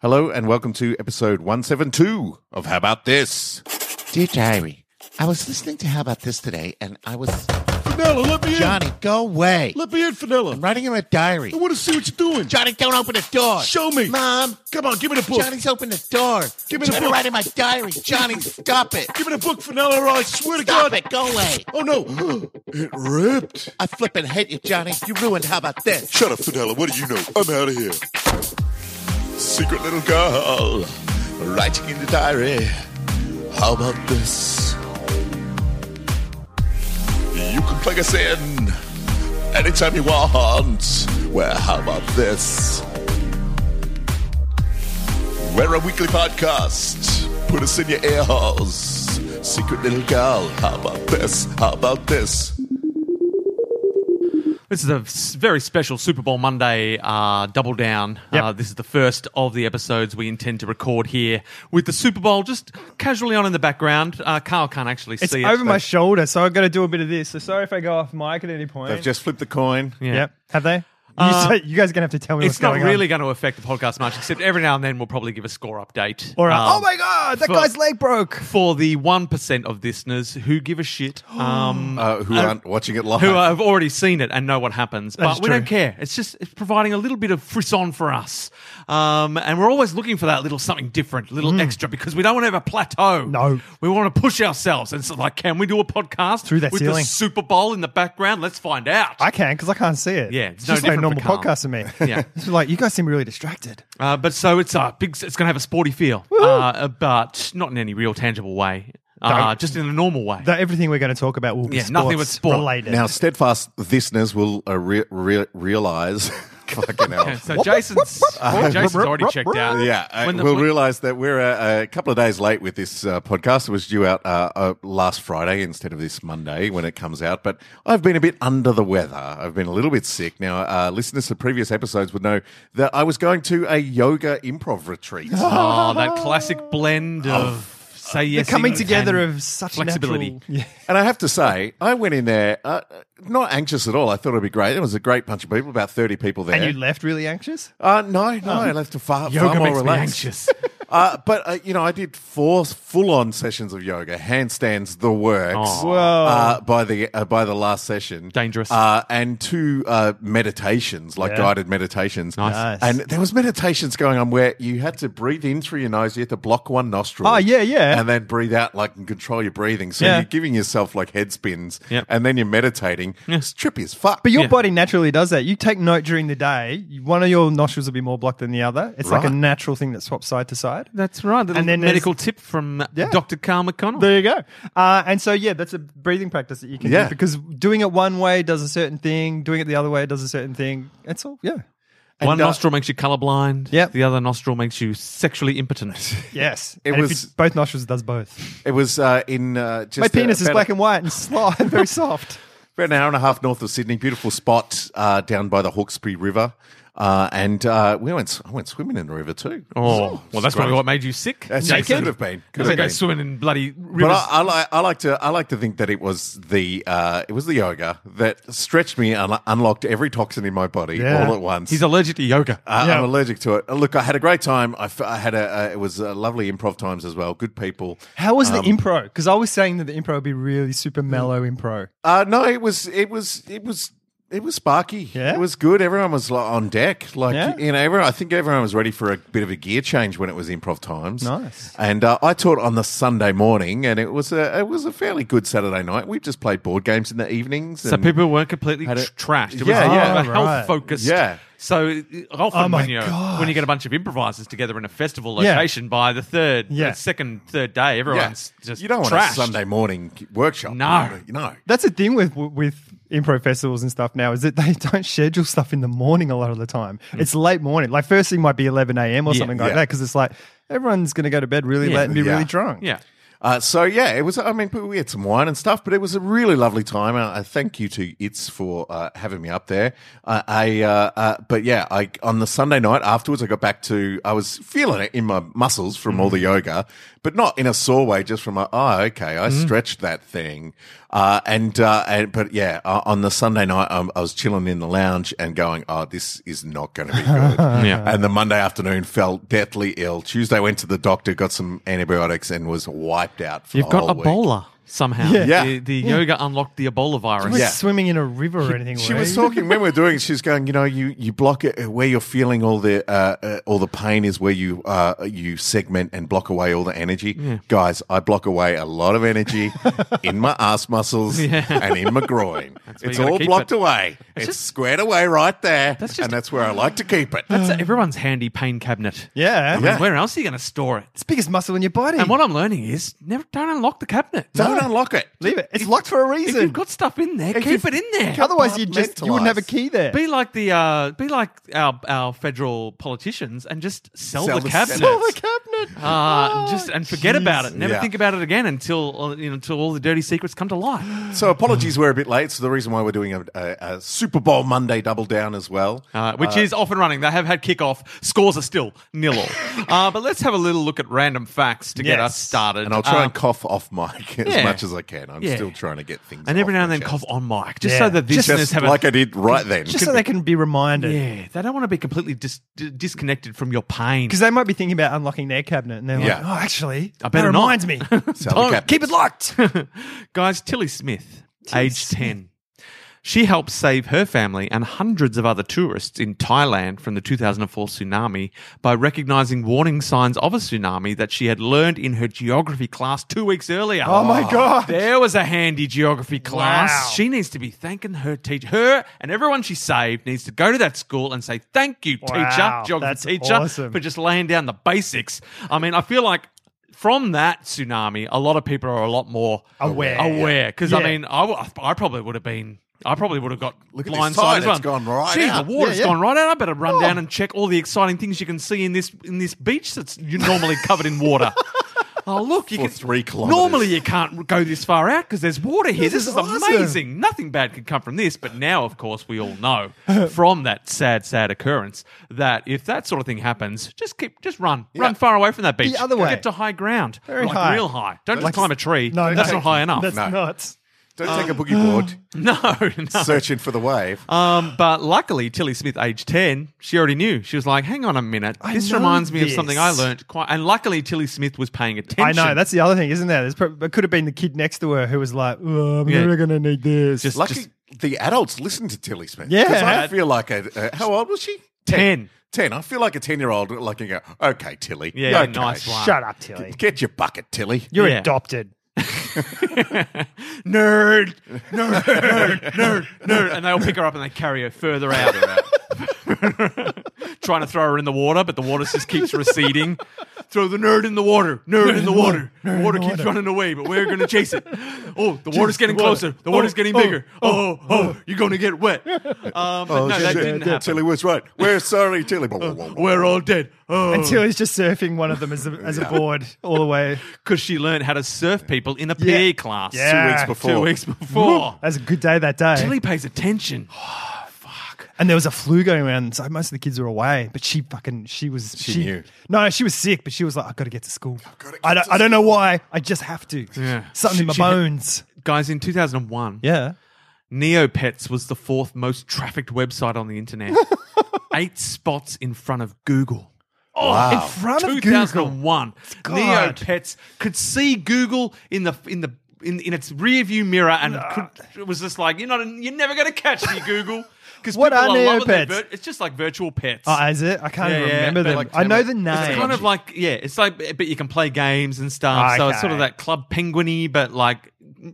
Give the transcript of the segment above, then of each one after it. Hello and welcome to episode 172 of How About This? Dear diary, I was listening to How About This today, and I was Finella, let me Johnny, go away. Let me in, Finella. I'm writing in a diary. I want to see what you're doing. Johnny, don't open the door. Show me. Mom. Come on, give me the book. Johnny's opened the door. Give me the Trying to book. write in my diary. Johnny, stop it. Give me the book, Finella, or I swear to Stop God. it. Go away. Oh, no. it ripped. I flippin' hate you, Johnny. You ruined How About This. Shut up, Finella. What do you know? I'm out of here. Secret little girl. Writing in the diary. How about this? You can plug us in anytime you want. Well, how about this? We're a weekly podcast. Put us in your ear holes. Secret little girl. How about this? How about this? This is a s- very special Super Bowl Monday uh, double down. Uh, this is the first of the episodes we intend to record here with the Super Bowl just casually on in the background. Uh, Carl can't actually It's see over it. my shoulder, so I've got to do a bit of this. So sorry if I go off mic at any point. They've just flipped the coin. Yeah. Uh, Yep. Have they? You, so- you guys are gonna have to tell me It's what's not going really on. going to affect the podcast much, except every now and then we'll probably give a score update. All right. Um, oh my god, that for- guy's leg broke. For the 1% of listeners who give a shit, um, Uh, who aren't watching it live. who have already seen it and know what happens, That but is we true. don't care. It's just it's providing a little bit of frisson for us, um, and we're always looking for that little something different, little extra, because we don't want to have a plateau. Mm. No. we want to push ourselves. And it's like, can we do a podcast Through that with the ceiling. Super Bowl in the background? Let's find out. I can because I can't see it. Yeah, it's it's no just like a different normal for Carl. podcast of me. Yeah. it's like you guys seem really distracted. Uh, but so it's a big. It's going to have a sporty feel, uh, but not in any real tangible way. Uh, Don't- just in a normal way. That everything we're going to talk about will be Yeah, nothing with sport. sports related. Now, steadfast listeners will uh, re- re- realize. fucking hell. so Jason's, uh, Jason's already checked out. Yeah, uh, When the- we'll when- realize that we're uh, a couple of days late with this uh, podcast. It was due out uh, uh, last Friday instead of this Monday when it comes out. But I've been a bit under the weather. I've been a little bit sick. Now, uh, listeners to previous episodes would know that I was going to a yoga improv retreat. Oh, that classic blend of uh, say yes, coming and- together and of such flexibility. natural- Yeah. And I have to say, I went in there uh, not anxious at all. I thought it'd be great. It was a great bunch of people, about 30 people there. And you left really anxious. Uh, no, no, I left a far, Oh, far Yoga more makes me relaxed. anxious. uh, but uh, you know, I did four full-on sessions of yoga, handstands, the works. Aw. Whoa. Uh, by the uh, by the last session, Oh. Dangerous. uh, and two uh, meditations, like Yeah. guided meditations. Nice. And there was meditations going on where you had to breathe in through your nose, you had to block one nostril. Oh, yeah, yeah. and then breathe out, like and control your breathing. So Yeah. you're giving yourself like head spins, Yep. and then you're meditating. It's trippy as fuck. But your Yeah. body naturally does that. You take note during the day. you- One of your nostrils will be more blocked than the other. It's like Right. a natural thing that swaps side to side. That's right. And then there's- medical tip from Yeah. Dr. Carl McConnell. There you go. Uh, and so, yeah, that's a breathing practice that you can Yeah. do because doing it one way does a certain thing, doing it the other way does a certain thing. It's all, yeah. One and, uh, nostril makes you colorblind. Yep. The other nostril makes you sexually impotent. Yes. It And if was- you- both nostrils does both. it was uh, in uh, just My penis is about- black and white and sly and very soft. About an hour and a half north of Sydney, beautiful spot uh, down by the Hawkesbury River, uh, and uh, we went. I went swimming in the river too. oh, well, great. that's probably what made you sick. That's- Naked. could have been. Could Because have I go been. swimming in bloody But rivers. I, I, like, I like to I like to think that it was the uh, it was the yoga that stretched me and unlocked every toxin in my body Yeah. all at once. He's allergic to yoga. I- Yeah. I'm allergic to it. Uh, Look, I had a great time. I, f- I had a, a it was a lovely improv times as well. Good people. How was Um, the impro? Because I was saying that the impro would be really super mellow impro. Uh, no, it was it was it was it was sparky. Yeah? It was good. Everyone was like, on deck. Like Yeah? you know, everyone, I think everyone was ready for a bit of a gear change when it was improv times. Nice. And uh, I taught on the Sunday morning, and it was a it was a fairly good Saturday night. We just played board games in the evenings. So and- people weren't completely Had tr- it- trashed. It Yeah, was yeah. more Oh, health right. focused. Yeah. So uh, often Oh, my when you God. when you get a bunch of improvisers together in a festival Yeah. location by the third, Yeah. the second, third day, Yeah. everyone's just you don't want trashed. a Sunday morning workshop. No. no. That's the thing with with improv festivals and stuff now is that they don't schedule stuff in the morning a lot of the time. It's late morning. Like first thing might be eleven a.m. or Mm. Yeah. something like Yeah. that because it's like everyone's going to go to bed really Yeah. late and be Yeah. really drunk. Yeah. Uh, so yeah, it was. I mean, we had some wine and stuff, but it was a really lovely time. And I thank you to It's for uh, having me up there. Uh, I, uh, uh, but yeah, I on the Sunday night afterwards, I got back to. I was feeling it in my muscles from all the yoga, but not in a sore way, just from a, oh, okay, I stretched that thing. Uh, and, uh, and, but yeah, uh, on the Sunday night, um, I was chilling in the lounge and going, oh, this is not going to be good. Yeah. And the Monday afternoon felt deathly ill. Tuesday went to the doctor, got some antibiotics and was wiped out for You've the got whole week. Ebola somehow. Yeah. Yeah. The, the yoga unlocked the Ebola You virus. weren't Yeah. swimming in a river or anything. She were was you? talking when we were doing. it, She's going, you know, you you block it where you're feeling all the uh, uh, all the pain is where you uh, you segment and block away all the energy. Guys, I block away a lot of energy in my ass muscles and in my groin. where It's you gotta all keep blocked it. away. It's squared away right there, That's just- and that's where I like to keep it. That's everyone's handy pain cabinet. Yeah. I mean, Where else are you going to store it? It's the biggest muscle in your body. And what I'm learning is never don't unlock the cabinet. Don't unlock it. Leave it. It's locked for a If reason. you've got stuff in there, keep you've- it in there. Otherwise, you just you wouldn't have a Compartmentalise. key there. Be like the uh, be like our our federal politicians and just sell, Sell the, the- cabinets. sell the cabinet. Uh, just and forget about it. Never Yeah. think about it again until uh, you know, until all the dirty secrets come to light. So apologies, we're a bit late. So the reason why we're doing a, a, a Super Bowl Monday double down as well. Uh, which is off and running. They have had kickoff. Scores are still nil all. uh, but let's have a little look at random facts to get Yes. us started. and I'll try Uh, and cough off mic as yeah. much as I can. I'm Yeah. still trying to get things. and every off now and my then chest. cough on mic, just Yeah. so that Just listeners Just have like a I did right then. Just so they can be reminded. yeah. They don't want to be completely dis- d- disconnected from your pain. Because they might be thinking about unlocking their cabinet and they're like, Yeah. oh, actually, I better that not." reminds me. Sell the Don't cabinet. Keep it locked. Guys, Tilly Smith, age 10. She helped save her family and hundreds of other tourists in Thailand from the 2004 tsunami by recognizing warning signs of a tsunami that she had learned in her geography class two weeks earlier. Oh, my God. There was a handy geography class. Wow. She needs to be thanking her teacher. Her and everyone she saved needs to go to that school and say, Thank you, teacher, Wow, geography that's teacher, awesome. for just laying down the basics. I mean, I feel like from that tsunami, a lot of people are a lot more Aware. aware because I Yeah. mean, I, w- I probably would have been. I probably would have got Look at this blindsided tide, as well. it's gone right Gee, out. Oh. the water's Yeah, yeah. gone right out. I better run down and check all the exciting things you can see in this in this beach that's you normally covered in water. Oh look! You For can, three kilometres. normally you can't go this far out because there's water here. This, This is, is awesome. amazing. Nothing bad could come from this. But now, of course, we all know from that sad, sad occurrence that if that sort of thing happens, just keep, just run, run far away from that beach. other way. get to high ground, Very like high. real high. Don't just climb a tree. no, that's no. not high enough. That's No. not. Don't take a boogie board. No, no. Searching for the wave. Um, but luckily, Tilly Smith, age 10, she already knew. She was like, hang on a minute. This know reminds me of something I this. learned quite. And luckily, Tilly Smith was paying attention. I know. That's the other thing, isn't there? There's prob- it could have been the kid next to her who was like, oh, I'm Yeah. never going to need this. Just- Lucky the adults listen to Tilly Smith. Yeah. 'Cause I feel like a, uh, how old was she? 10. 10. I feel like a 10 year old like you go, okay, Tilly. Yeah, okay. nice one. Shut up, Tilly. Get your bucket, Tilly. You're Yeah. adopted. nerd, nerd, nerd, nerd, nerd. And they all pick her up and they carry her further out. Trying to throw her in the water, but the water just keeps receding. Throw the nerd in the water, nerd in the water. The water keeps running away, but we're going to chase it. Oh, the water's getting the water. closer. The water's getting oh, bigger. Oh, oh, you're going to get wet. Um, but no, that shit. didn't happen. Tilly was right. We're sorry, Tilly. Blah, blah, blah, blah. We're all dead. Oh. And Tilly's just surfing one of them as a, as a board all the way. Because she learned how to surf people in a Yeah. PE class Yeah. Two weeks Two Ah, two before. weeks before. That's a good day that day. Tilly pays attention. And there was a flu going around, so most of the kids were away. But she fucking she was she, knew. No, she was sick, but she was like, I've got to get to school. gotta get I don't, to I don't know why. I just have to. Yeah. Something in my She- she- bones. Guys, in 2001, yeah. Neopets was the fourth most trafficked website on the internet. Eight spots in front of Google. Oh, Wow. in front of 2001. God. Neopets could see Google in the in the in, in its rearview mirror and could, it was just like you're not you're never going to catch me Google because What people are loving their Neopets? vir- it's just like virtual pets. Oh, is it? I can't Yeah, even yeah, remember but them. like I know the It's name. It's kind of like yeah, it's like but you can play games and stuff. So it's sort of Okay. that club penguiny, but like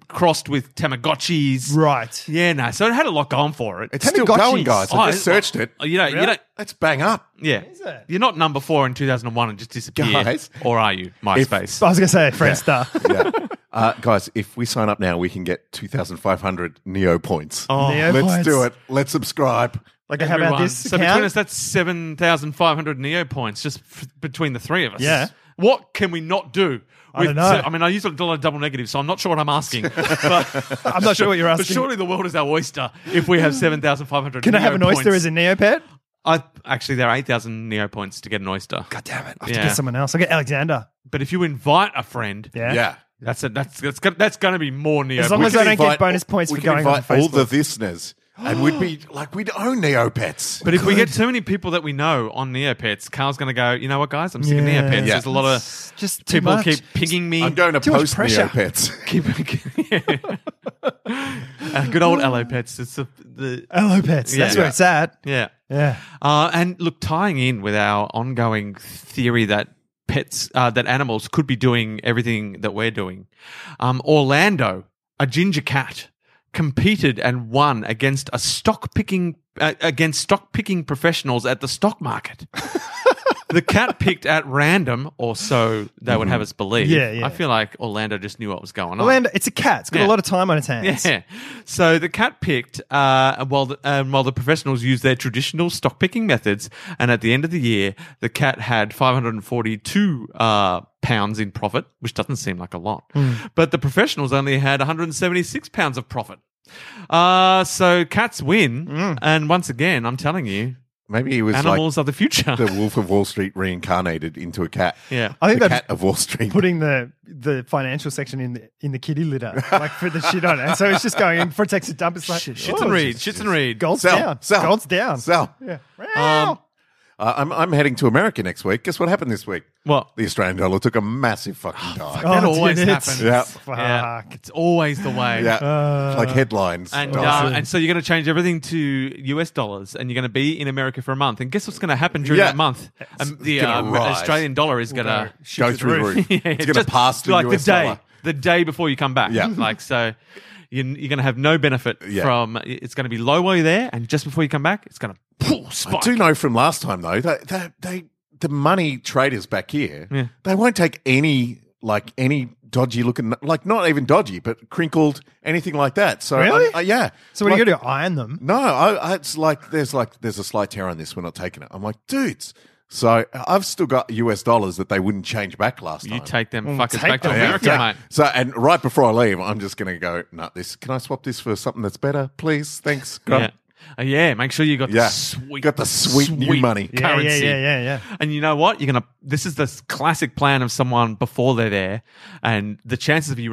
crossed with Tamagotchis. right. Yeah, no. So it had a lot going for it. It's still Tamagotchis. going, guys. I just Oh, searched it. Oh, You know, you Really? know, Let's bang up. yeah. it? You're not number four in 2001 and just disappeared, Guys. or are you? MySpace. I was gonna say Friendster. yeah. Uh, guys, if we sign up now, we can get 2,500 Neo points. Oh, Neo Let's points. do it. Let's subscribe. Like, how about Everyone. this? So account? between us, that's seven thousand five hundred neo points just f- between the three of us. Yeah. What can we not do? I don't know. so- I mean, I use a lot of double negatives, so I'm not sure what I'm asking. But, I'm not sure what you're but asking. surely the world is our oyster if we have seven thousand five hundred. Can I have an oyster as a Neopet? I actually there are eight thousand neo points to get an oyster. God damn it! I have Yeah. to get someone else. I get Alexander. But if you invite a friend, Yeah. Yeah. that's a, that's that's gonna, that's going to be more neo. As long points. as I don't Invite- get bonus points we for can going on invite all Facebook. the listeners, and we'd be like, we'd own Neopets. But if we get too many people that we know on Neopets, Carl's going to go, you know what, guys? I'm sick of Yeah. Neopets. Yeah. There's a lot of It's just too people much. keep pinging me. I'm going to Too much post pressure. Neopets. keep Uh, good old Allo Pets. It's the, the Hello, pets. That's Yeah. where it's at. yeah. Yeah. Uh, and look, tying in with our ongoing theory that pets, uh, that animals could be doing everything that we're doing, um, Orlando, a ginger cat, competed and won against a stock picking uh, against stock picking professionals at the stock market. the cat picked at random, or so they would have us believe. Mm-hmm. Yeah, yeah. I feel like Orlando just knew what was going on. Orlando, it's a cat. It's got Oh. Yeah. a lot of time on its hands. Yeah. So the cat picked uh, while the, um, while the professionals used their traditional stock picking methods, and at the end of the year, the cat had 542 uh, pounds in profit, which doesn't seem like a lot, but the professionals only had 176 pounds of profit. Uh, so cats win, and once again, I'm telling you, Maybe he was animals are the future. like the Wolf of Wall Street reincarnated into a cat. yeah. I think the that's cat of Wall Street. putting the the financial section in the in the kitty litter, like for the shit on it. And so it's just going in for a Texas dump. It's like Sh- Shits oh, and read, shits and read. Gold's Sell, down. sell, Gold's down. So Yeah. Um, uh, I'm, I'm heading to America next week. Guess what happened this week? well, The Australian dollar took a massive fucking dive. Oh, that dude, always it's- happens. Yeah. Yeah. Fuck. It's always the way. Yeah, uh, like headlines. Oh, And, Dive. uh, and so you're going to change everything to US dollars, and you're going to be in America for a month. And guess what's going to happen during Yeah. that month? Um, the gonna um, rise. Australian dollar is going to Shit go to the through the roof. roof. it's going to pass the like US the day, dollar. the day before you come back. Yeah. like so, you're, you're going to have no benefit Yeah. from. It's going to be low while you're there, and just before you come back, it's going to poof, I spike. do know from last time though that that they the money traders back here Yeah. they won't take any like any dodgy looking like not even dodgy but crinkled anything like that. So Really? I- I- yeah. So what like, are you going to do? Iron them? No, I, I, it's like there's like there's a slight tear on this. We're not taking it. I'm like, dudes. So I've still got US dollars that they wouldn't change back last you time. take them fuckers take back to them. America, Mm, Yeah. mate. So and right before I leave, I'm just gonna go. Nah, this. Can I swap this for something that's better, please? Thanks. Yeah. Uh, yeah, make sure you got Yeah. the sweet, Got the sweet new money. Yeah, Yeah, currency. yeah, yeah, yeah, yeah. And you know what? You're gonna. This is the s- classic plan of someone before they're there, and the chances of you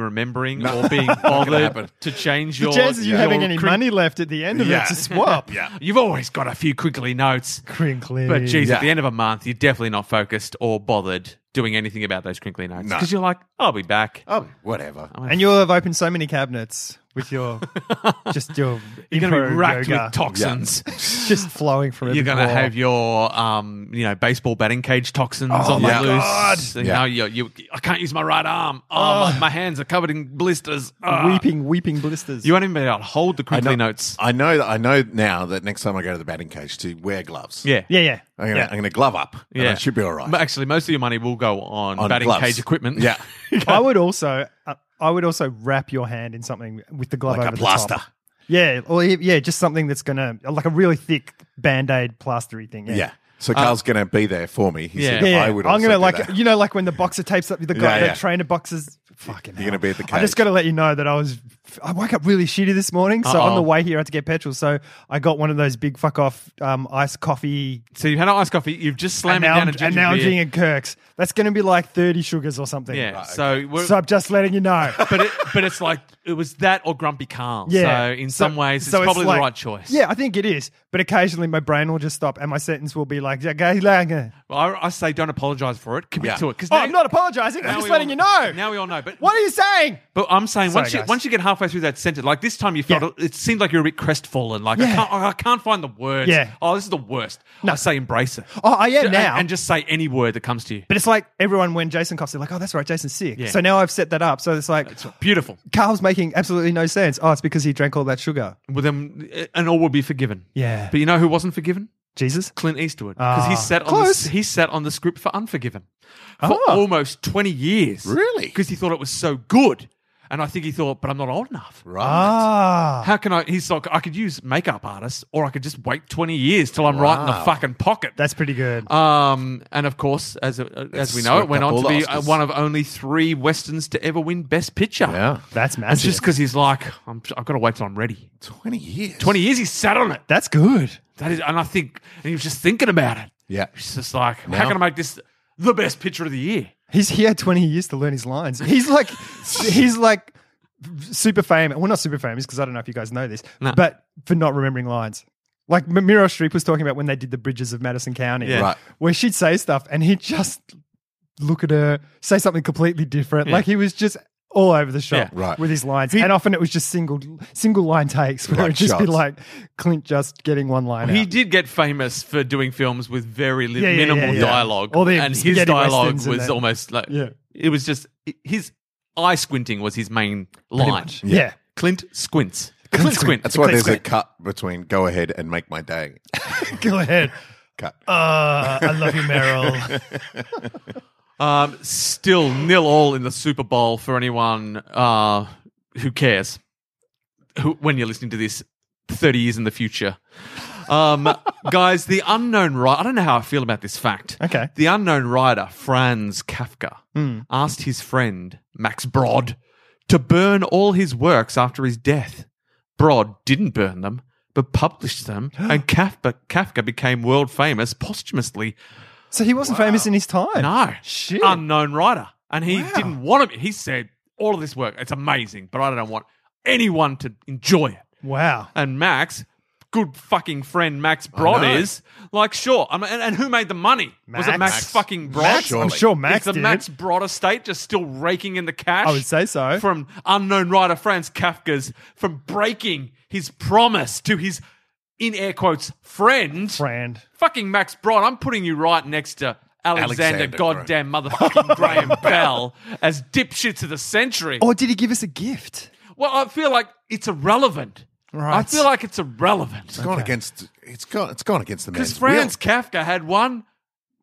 remembering or being happen. bothered to change your The chances of you your having any crin- money left at the end of Yeah. it to swap. Yeah. You've always got a few crinkly notes, Crinkly. but geez, Yeah. at the end of a month, you're definitely not focused or bothered doing anything about those crinkly notes No. because you're like, I'll be back. Oh, whatever. And you'll have opened so many cabinets with your just your You're gonna be impro racked yoga. with toxins. just flowing from every You're going to pore. have your, um, you know, baseball batting cage toxins Oh on my the loose. God. You Yeah. know, you, you, I can't use my right arm. Oh, My, my hands are covered in blisters. Ah. weeping, weeping blisters. You won't even be able to hold the crinkly notes. I know that I know now that next time I go to the batting cage to wear gloves. Yeah. yeah, yeah. I'm gonna, yeah. I'm gonna glove up. and Yeah. I should be all right. But Actually, most of your money will go on, On batting gloves. cage equipment. Yeah. I would also, uh, I would also wrap your hand in something with the glove Like a over the plaster. top. Yeah, or e- yeah, just something that's gonna like a really thick band aid plastery thing. Yeah. Yeah. So Carl's gonna be there for me. He Uh, Yeah. said Yeah, I would. I'm also gonna do like that. you know like when the boxer tapes up the guy Yeah, that yeah. trainer boxes. Fucking. You're hell. gonna be at the I just cage. gotta let you know that I was. I woke up really shitty this morning, so Uh-oh. on the way here I had to get petrol. So I got one of those big fuck off um, iced coffee So you've had an iced coffee. You've just slammed and now down I'm- a ginger and now I'm beer. drinking a Kirk's. That's going to be like 30 sugars or something. Yeah. So, we're, So I'm just letting you know. but it, but it's like it was that or Grumpy Carl. Yeah. So in some ways, it's so probably like- the right choice. Yeah, I think it is. But occasionally my brain will just stop and my sentence will be like, "Okay, like, uh, Well, I, I say don't apologize for it. Commit Yeah. to it. Because oh, I'm not apologizing. I'm just letting you know. Now we all know. But what are you saying? But I'm saying Sorry, once you guys. once you get halfway through that sentence, like this time you felt it, it seemed like you were a bit crestfallen. Like I, Yeah. can't, I can't find the words. Yeah. Oh, this is the worst. I say embrace it. Oh, I am Ju- and- now. And, just say any word that comes to you. But it's like everyone when Jason coughs, they're like, oh, that's right, Jason's sick. Yeah. So now I've set that up. So it's like, Beautiful. Carl's making absolutely no sense. Oh, it's because he drank all that sugar. Well, then, uh, and all will be forgiven. Yeah. But you know who wasn't forgiven? Jesus. Clint Eastwood, because Ah. he sat on Close. the, he sat on the script for Unforgiven for Ah. almost twenty years. Really? Because he thought it was so good. And I think he thought, but I'm not old enough. Right. Ah. How can I? He's like, I could use makeup artists, or I could just wait 20 years till I'm right in the Wow. fucking pocket. That's pretty good. Um, and of course, as uh, as we know, it swept went up on all to the be uh, Oscars. one of only three westerns to ever win Best Picture. Yeah. That's It's massive. just because he's like, I'm, I've got to wait till I'm ready. 20 years. 20 years he sat on it. That's good. That is, and I think, and he was just thinking about it. Yeah. He's just like, Now- how can I make this the best picture of the year? He's he had 20 years to learn his lines. He's like he's like super famous. Well, not super famous because I don't know if you guys know this, No. but for not remembering lines. Like M- Meryl Streep was talking about when they did the bridges of Madison County, Yeah. Right. where she'd say stuff and he'd just look at her, say something completely different. Yeah. Like he was just all over the shop Yeah. Right. with his lines. and often it was just single single line takes where Right, it'd just be shots. like Clint just getting one line He out. did get famous for doing films with very li- Yeah, yeah, minimal yeah, yeah. dialogue, All the and his spaghetti dialogue westerns and was that. almost like Yeah. it was just his eye squinting was his main line. Yeah. Clint squints. Clint squint. That's why Click, there's click. a cut between go ahead and make my day. Go ahead. Cut. Uh, I love you, Meryl. Um, still nil all in the Super Bowl for anyone uh, who cares. Who, when you're listening to this, thirty years in the future, um, guys, the unknown writer. I don't know how I feel about this fact. Okay. the unknown writer Franz Kafka asked his friend Max Brod to burn all his works after his death. Brod didn't burn them, but published them, and Kafka, Kafka became world famous posthumously So he wasn't famous in his time. no. Um, Shit. Unknown writer. And he Wow. didn't want to. He said, all of this work, it's amazing, but I don't want anyone to enjoy it. Wow. And Max, good fucking friend Max Brod know. is, like, sure. I'm, and, and who made the money? Was it Max, Max. fucking Brod? Max, I'm sure Max Is the did. Max Brod estate just still raking in the cash? I would say so. From unknown writer Franz Kafka's, from breaking his promise to his, in air quotes, friend. Friend. Fucking Max Brod, I'm putting you right next to Alexander, Alexander goddamn motherfucking Graham Bell as dipshits of the century. Or Oh, did he give us a gift? Well, I feel like it's irrelevant. Right. I feel like it's irrelevant. It's gone against it's gone it's gone against the man's Because Franz will. Kafka had one,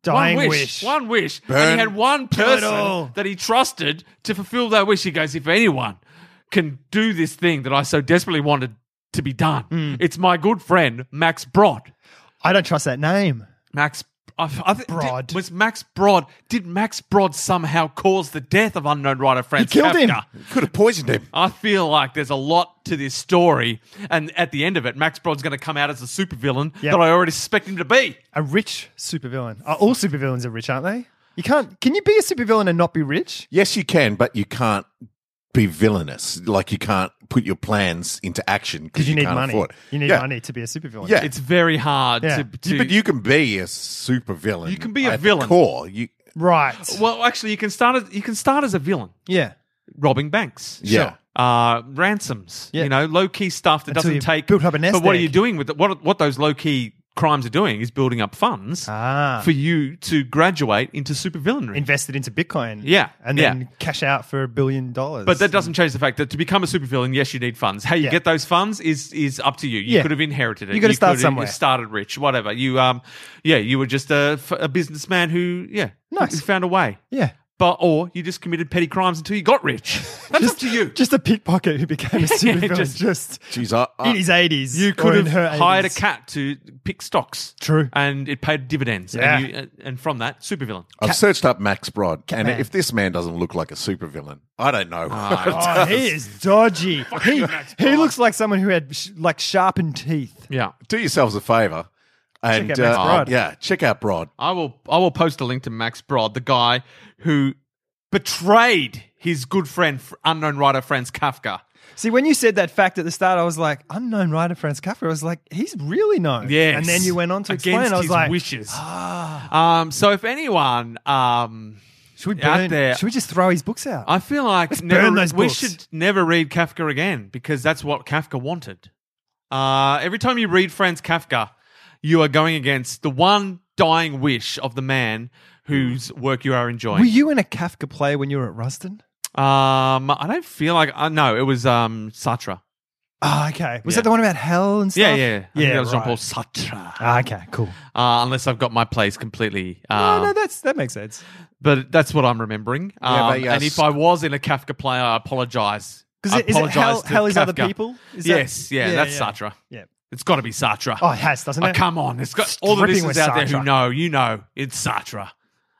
Dying one wish, wish. One wish. And Burn. he had one Kill it person all. that he trusted to fulfill that wish. He goes, if anyone can do this thing that I so desperately wanted to be done, it's my good friend, Max Brod. I don't trust that name. Max I, I think Brod. did, was Max Brod. Did Max Brod somehow cause the death of unknown writer Franz killed Kafka? Could have poisoned him. I feel like there's a lot to this story, and at the end of it, Max Brod's going to come out as a supervillain Yep. that I already suspect him to be. A rich supervillain. Are all supervillains are rich, aren't they? You can't. Can you be a supervillain and not be rich? Yes, you can, but you can't be villainous. Like you can't put your plans into action Because because you, need can't money. afford. You need Yeah. money to be a supervillain. Yeah. It's very hard Yeah. to, to. But you can be a super villain. You can be a at the villain. core. You Right. well, actually, you can start. As, you can start as a villain, yeah. robbing banks. Yeah. Sure. Uh, ransoms, Yeah. you know, low key stuff that Until doesn't you've take. built up a nest but what are egg. you doing with it? What, what those low key crimes are doing is building up funds. Ah. for you to graduate into supervillainy. invested into Bitcoin. Yeah, And yeah. then cash out for a billion dollars. but that doesn't change the fact that to become a supervillain, yes, you need funds. How you Yeah. get those funds is is up to you. You Yeah. could have inherited it. You gotta start could have somewhere. Started rich, whatever. You um, yeah, you were just a, f- a businessman who yeah, Nice. who found a way. Yeah. But or you just committed petty crimes until you got rich. That's up to you. Just a pickpocket who became a supervillain. just- just, geez, I, I, in his 80s. Uh, you or could in have her hired a 80s. cat to pick stocks. True. and it paid dividends. Yeah. and, you, uh, and from that, supervillain. I've searched up Max Brod, and man. if this man doesn't look like a supervillain, I don't know. Ah, Oh, he is dodgy. he, he looks like someone who had sh- like sharpened teeth. Yeah, Do yourselves a favor and uh, out Max Brod. yeah, check out Brod. I will I will post a link to Max Brod, the guy who betrayed his good friend, f- unknown writer Franz Kafka. See, when you said that fact at the start, I was like, unknown writer Franz Kafka. I was like, he's really known. Yes. And then you went on to Against explain. I was his like, wishes. Um, so if anyone, um, should we out burn, there- Should we just throw his books out? I feel like burn never, those we books. should never read Kafka again because that's what Kafka wanted. Uh, every time you read Franz Kafka, you are going against the one dying wish of the man whose work you are enjoying. Were you in a Kafka play when you were at Ruston? um, I don't feel like uh, no, it was um, Sartre. Oh, okay. Was Yeah. that the one about hell and stuff? Yeah, yeah. I think yeah. that was Jean right. Paul Sartre. Ah, okay, cool. Uh, unless I've got my plays completely. Oh, Um, no, that's that makes sense. but that's what I'm remembering. Um, Yeah, but, yeah, and if s- I was in a Kafka play, I apologize. Because Because is it hell, hell is other people? Is that- yes, yeah, that's Sartre. Yeah. It's got to be Sartre. Oh, it has, doesn't Oh, it? come on, it's got all the Dripping listeners with out there who Sartre. know. You know, it's Sartre.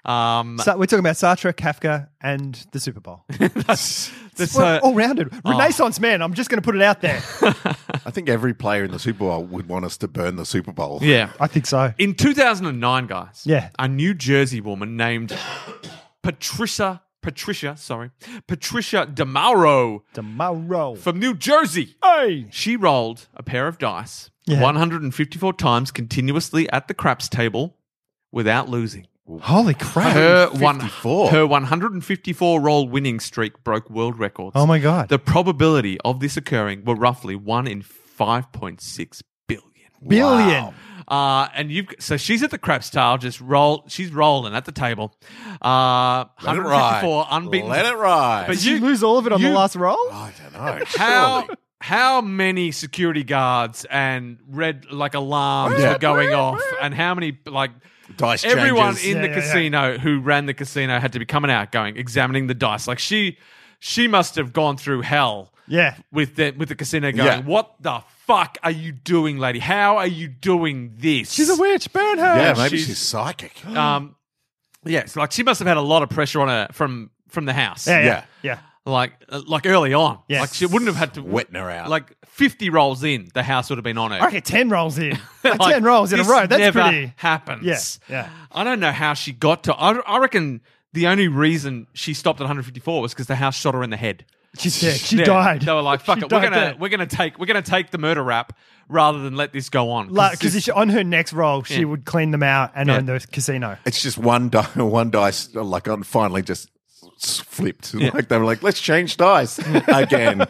Um, So we're talking about Sartre, Kafka, and the Super Bowl. that's, that's, We're uh, all rounded. Renaissance man. I'm just going to put it out there. I think every player in the Super Bowl would want us to burn the Super Bowl. yeah. I think so. In 2009, guys, Yeah. a New Jersey woman named Patricia Patricia, sorry, Patricia DeMauro Tomorrow. from New Jersey. Hey. She rolled a pair of dice Yeah. 154 times continuously at the craps table without losing. Holy crap. Her, one, 154. her 154 roll winning streak broke world records. oh my god. The probability of this occurring were roughly 1 in 5.6 billion. Billion. Uh, and you've so she's at the craps table, just roll. She's rolling at the table. Uh, Let it 154 ride. unbeaten. Let it ride. But Did you, you- lose all of it on you- the last roll? I don't know. how surely. how many security guards and red like alarms Yeah. were going off, and how many like Dice everyone changes. in the Yeah, yeah, yeah. casino who ran the casino had to be coming out, going examining the dice. Like she she must have gone through hell Yeah. with the with the casino, going, Yeah. "What the fuck are you doing, lady? How are you doing this?" She's a witch. Burn her. Yeah, maybe she's- she's, psychic. um yeah so like she must have had a lot of pressure on her from from the house Yeah. Yeah. Yeah. yeah. like uh, like early on Yes. like she wouldn't have had to Wetting her out. like 50 rolls in the house would have been on her I reckon 10 rolls in. Like, Like, 10 rolls in a this row. That's never pretty. happens Yeah, yeah. i don't know how she got to i, I reckon the only reason she stopped at 154 was because the house shot her in the head She's dead. She Yeah. died. they were like fuck She it we're died gonna there. we're gonna take we're gonna take the murder rap rather than let this go on Because this- on her next roll, she Yeah. would clean them out and Yeah. own the casino. It's just one die, one dice, like on finally just s- flipped. Like they were like, let's change dice again.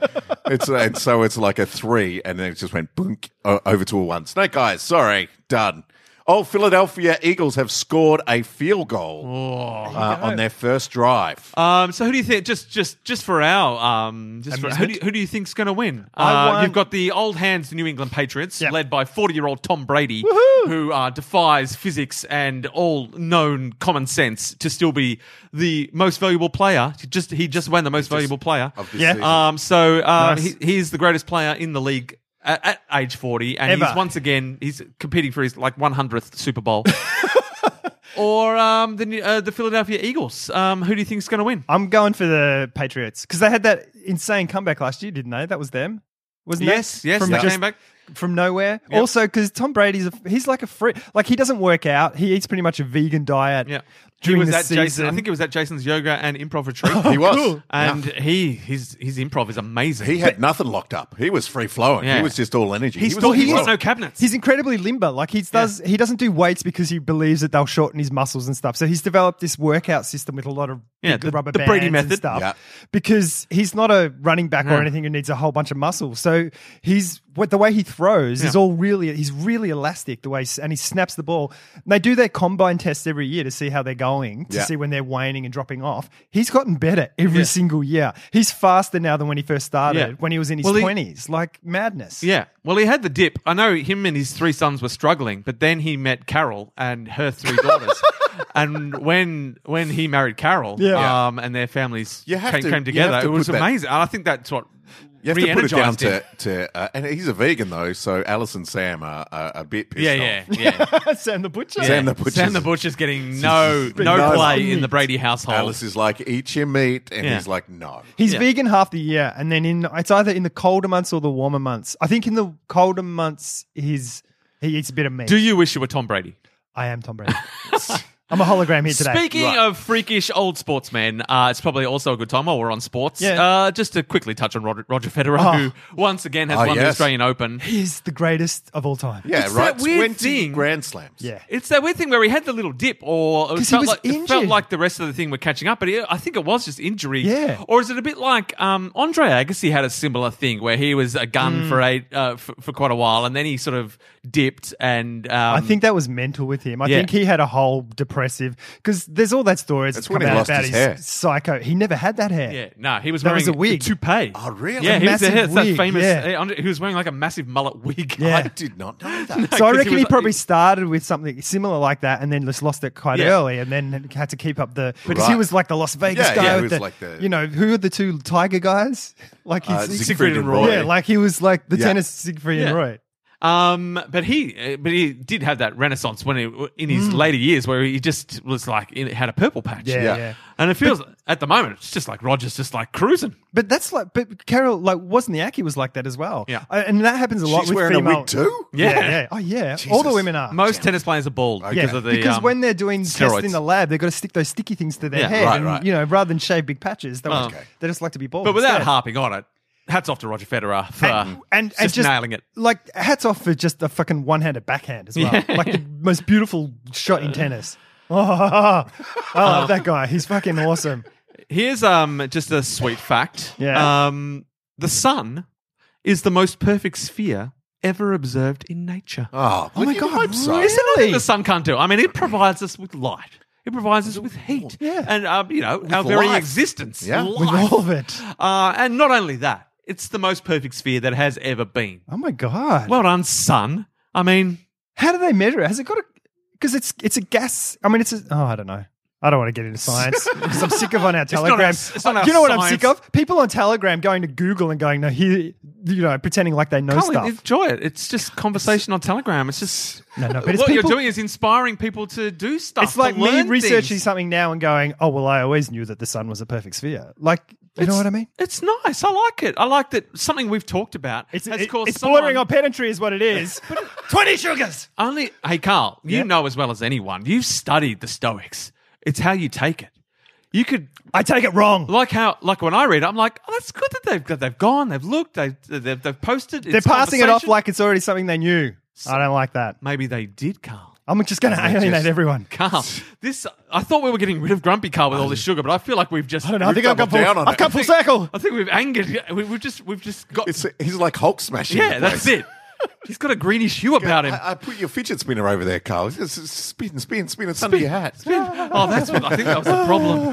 it's and so it's like a three, and then it just went boink o- over to a one. Snake eyes, sorry, done. Oh, Philadelphia Eagles have scored a field goal Oh, uh, on their first drive. Um, so who do you think? Just, just, just for our, um, just for, who, do you, who do you think's going to win? I Uh, want- You've got the old hands, the New England Patriots, Yep. led by forty-year-old Tom Brady, who uh, defies physics and all known common sense to still be the most valuable player. He just he just won the most valuable player. of this yeah. season. Um, so uh, Nice. he, he's the greatest player in the league. At, at age forty, and Ever. he's once again he's competing for his like one hundredth Super Bowl, or um, the New- uh, the Philadelphia Eagles. Um, who do you think's going to win? I'm going for the Patriots because they had that insane comeback last year, didn't they? That was them, wasn't Yes, that? yes, from they just- came back. from nowhere. Also, because Tom Brady's a, he's like a free, like he doesn't work out. He eats pretty much a vegan diet. Yeah. He during was the at season. Oh, Jason, I think it was at Jason's yoga and improv retreat. he was. and he his his improv is amazing. He had nothing locked up. He was free flowing. Yeah. He was just all energy. he's was still on he's the got roll. no cabinets. He's incredibly limber. Like he does, he doesn't do weights because he believes that they'll shorten his muscles and stuff. So he's developed this workout system with a lot of Yeah, big the- rubber the bands Brady and method. Hmm. stuff. Yeah. Because he's not a running back or anything who needs a whole bunch of muscle. So he's what the way he throws is Yeah. all really he's really elastic the way he s- and he snaps the ball. And they do their combine tests every year to see how they're going to Yeah. see when they're waning and dropping off. He's gotten better every single year. He's faster now than when he first started Yeah. when he was in his Well, he- twenties. like madness. yeah. Well, he had the dip. I know him and his three sons were struggling, but then he met Carol and her three daughters. and when when he married Carol, Yeah. um, and their families You have came, to- came you have together, to it was put that- amazing. And I think that's what You have to put it re-energized down him. to, to uh, and he's a vegan though, so Alice and Sam are, are a bit pissed yeah, off. yeah, yeah. Sam the Butcher. Yeah. Sam the Butcher's- Sam the Butcher's getting no no, no play in meat. the Brady household. Alice is like, eat your meat, and Yeah. he's like, no. He's Yeah. vegan half the year, and then in it's either in the colder months or the warmer months. I think in the colder months, he's he eats a bit of meat. Do you wish you were Tom Brady? I am Tom Brady. I'm a hologram here today. Speaking of freakish old sportsmen, uh, it's probably also a good time while we're on sports. Yeah. Uh, just to quickly touch on Roger, Roger Federer, Oh. who once again has Oh, won the yes. Australian Open. He's the greatest of all time. Yeah, It's right. that weird Twenty thing- grand slams. Yeah. It's that weird thing where he had the little dip, or it 'Cause he felt, was like, it felt injured. like the rest of the thing were catching up, but it, I think it was just injury. Yeah. Or is it a bit like um, Andre Agassi had a similar thing where he was a gun Mm. for eight uh, for, for quite a while, and then he sort of dipped and um, I think that was mental with him. I Yeah. think he had a whole impressive because there's all that story that's That's when come he out lost about his his, hair. psycho. He never had that hair. Yeah, no, he was That wearing was a wig. toupee. Oh, really? Yeah, A he was, massive that's that wig, famous. eh, yeah. He was wearing like a massive mullet wig. Yeah. I did not know that. So 'cause I he reckon he, was- probably started with something similar like that, and then just lost it quite Yeah. early, and then had to keep up the because he Right. was like the Las Vegas Yeah, guy. yeah, he was with the, like the- you know who are the two tiger guys? Like he's, Uh, he's- Siegfried and Roy. yeah, like he was like the Yeah. tennis Siegfried Yeah. and Roy. Um, but he, uh, but he did have that renaissance when he, in his later years, where he just was like in, had a purple patch. Mm. Yeah, Yeah. yeah, and it feels at the moment it's just like Rogers just like cruising. But that's like, but Carol like Wozniacki was like that as well. Yeah. Uh, and that happens a lot She's with wearing female. a wig too? Yeah. yeah, yeah. Oh yeah, all the Jesus. women are. Most tennis players are bald because of the because um, when they're doing tests steroids. in the lab, they've got to stick those sticky things to their Yeah, head, right, and right. you know, rather than shave big patches, they Oh. like, they just like to be bald. But without instead. harping on it, hats off to Roger Federer for and, and, just, and just nailing it. Like hats off for just a fucking one-handed backhand as well. Like the most beautiful shot in tennis. Oh, I love that guy. He's fucking awesome. Here's um just a sweet fact. Yeah. Um, the sun is the most perfect sphere ever observed in nature. Oh, I my did God, hope so. really? It's nothing the sun can't do. I mean, it provides us with light. It provides us with heat, Yeah. and um, you know our very life. existence, Yeah. With life. all of it. Uh, and not only that, it's the most perfect sphere that has ever been. Oh my god. Well done, sun. I mean, How do they measure it? Has it got a? Because it's it's a gas. I mean, it's a. Oh, I don't know. I don't want to get into science because I'm sick of on our not Telegram. our- it's not Uh, our you know what I'm science. sick of? People on Telegram going to Google and going, no, here, you know, pretending like they know Colin, stuff. enjoy it. It's just conversation on Telegram. It's just No, no, but it's what people- you're doing is inspiring people to do stuff. It's like to me learn researching things. something now and going, oh, well, I always knew that the sun was a perfect sphere. Like, you know It's- what I mean? It's nice. I like it. I like that something we've talked about It's, has it- caused it's bordering someone- on pedantry, is what it is. 20 sugars! Only hey Carl, you Yeah. know as well as anyone. You've studied the Stoics. It's how you take it. You could I take it wrong. like how like when I read, it, I'm like, oh, that's good that they've got they've gone, they've looked, they've they've, they've posted. They're it's passing it off conversation. like it's already something they knew. I don't like that. maybe they did, Carl. I'm just going to alienate everyone. Carl, this I thought we were getting rid of Grumpy Carl with all this sugar, but I feel like we've just. I don't know. I think I've come doubled full, down on I've it. come full circle. I think we've angered. yeah, we- We've just we've just got. It's, he's like Hulk smashing. yeah, the that's place. it. He's got a greenish hue about him. I, I put your fidget spinner over there, Carl. It's just Spin, spin, spin. It's under your hat. Oh, that's what I think that was the problem.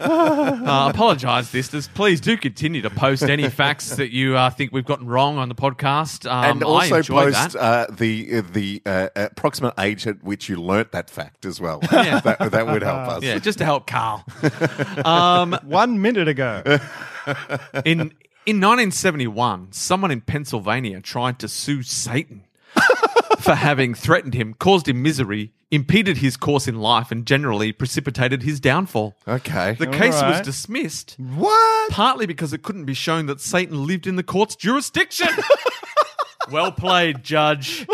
Uh, apologise, listeners. Please do continue to post any facts that you uh, think we've gotten wrong on the podcast. Um, and also I enjoy post that. uh, the uh, the uh, approximate age at which you learnt that fact as well. Yeah. Uh, that, that would help us. Yeah, just to help Carl. Um, One minute ago. in in 1971, someone in Pennsylvania tried to sue Satan for having threatened him, caused him misery, impeded his course in life, and generally precipitated his downfall. Okay. The case was right. dismissed what? partly because it couldn't be shown that Satan lived in the court's jurisdiction. well played, Judge.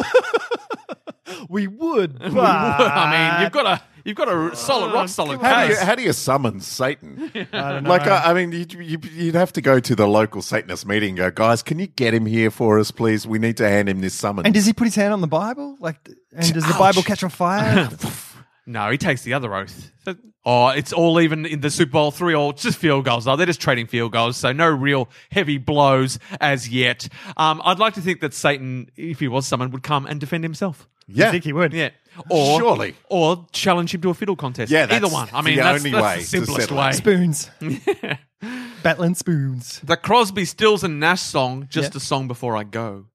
We would. But... I mean, you've got a you've got a solid, rock solid how, do you, case. how do you summon Satan? I don't know. Like, uh, I, I mean, you'd, you you'd have to go to the local Satanist meeting and go, guys, can you get him here for us, please? We need to hand him this summons. and does he put his hand on the Bible? Like, and does the Ouch. Bible catch on fire? No, he takes the other oath. That- Oh, it's all even in the Super Bowl three all. It's just field goals. Oh, they're just trading field goals, so no real heavy blows as yet. Um, I'd like to think that Satan, if he was someone, would come and defend himself. yeah. I think he would. Yeah. Or Surely. or challenge him to a fiddle contest. Yeah, either that's one. I the mean, that's, only that's way the to simplest settle way. it. Spoons. Battling spoons. The Crosby, Stills, and Nash song, "Just Yeah. a Song Before I Go,"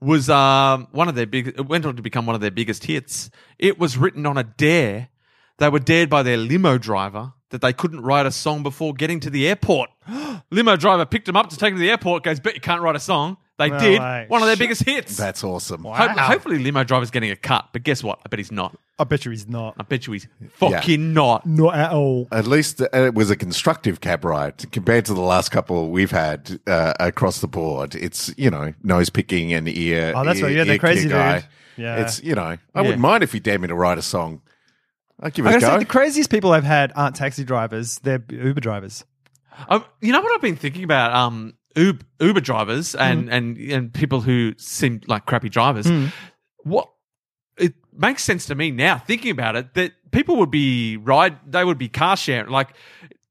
was um, one of their big. It went on to become one of their biggest hits. It was written on a dare. They were dared by their limo driver that they couldn't write a song before getting to the airport. limo driver picked them up to take them to the airport. Goes, bet you can't write a song. They No did way. one of their biggest hits. That's awesome. Hope- hopefully, limo driver's getting a cut, but guess what? I bet he's not. I bet you he's not. I bet you he's fucking not. Not at all. At least uh, it was a constructive cab ride compared to the last couple we've had uh, across the board. It's you know nose picking and ear. Oh, that's ear, right. Yeah, they're ear kick crazy, dude. guy. Yeah. it's you know I Yeah. wouldn't mind if you dare me to write a song. I'll give I it a gotta say, go. the craziest people I've had aren't taxi drivers; they're Uber drivers. Um, you know what I've been thinking about? Um, Uber, Uber drivers and, and and people who seem like crappy drivers. What it makes sense to me now thinking about it that people would be ride they would be car sharing like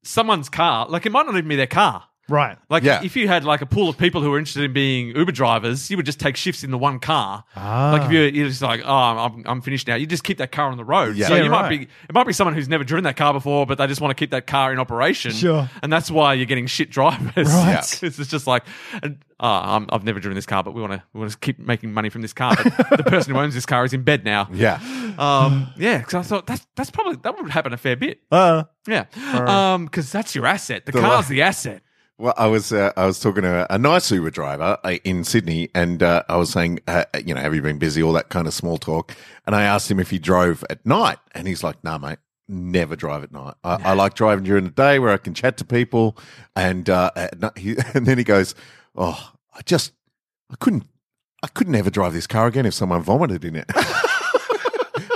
someone's car like it might not even be their car. Right. Like Yeah. if you had like a pool of people who were interested in being Uber drivers, you would just take shifts in the one car. Ah. Like if you're, you're just like, oh, I'm, I'm finished now. You just keep that car on the road. Yeah. So Yeah, you might right. be it might be someone who's never driven that car before, but they just want to keep that car in operation. Sure. And that's why you're getting shit drivers. Right. Yeah. 'Cause It's just like, and, oh, I'm, I've never driven this car, but we want to we want to keep making money from this car. But the person who owns this car is in bed now. Yeah. Um, yeah, because I thought that's that's probably that would happen a fair bit. Uh, Yeah, um, because that's your asset. The, The car's la- the asset. Well, I was uh, I was talking to a, a nice Uber driver uh, in Sydney, and uh, I was saying, uh, you know, have you been busy? All that kind of small talk. And I asked him if he drove at night, and he's like, "Nah, mate, never drive at night. I, I like driving during the day where I can chat to people." And uh, at night, he, and then he goes, "Oh, I just I couldn't I couldn't ever drive this car again if someone vomited in it."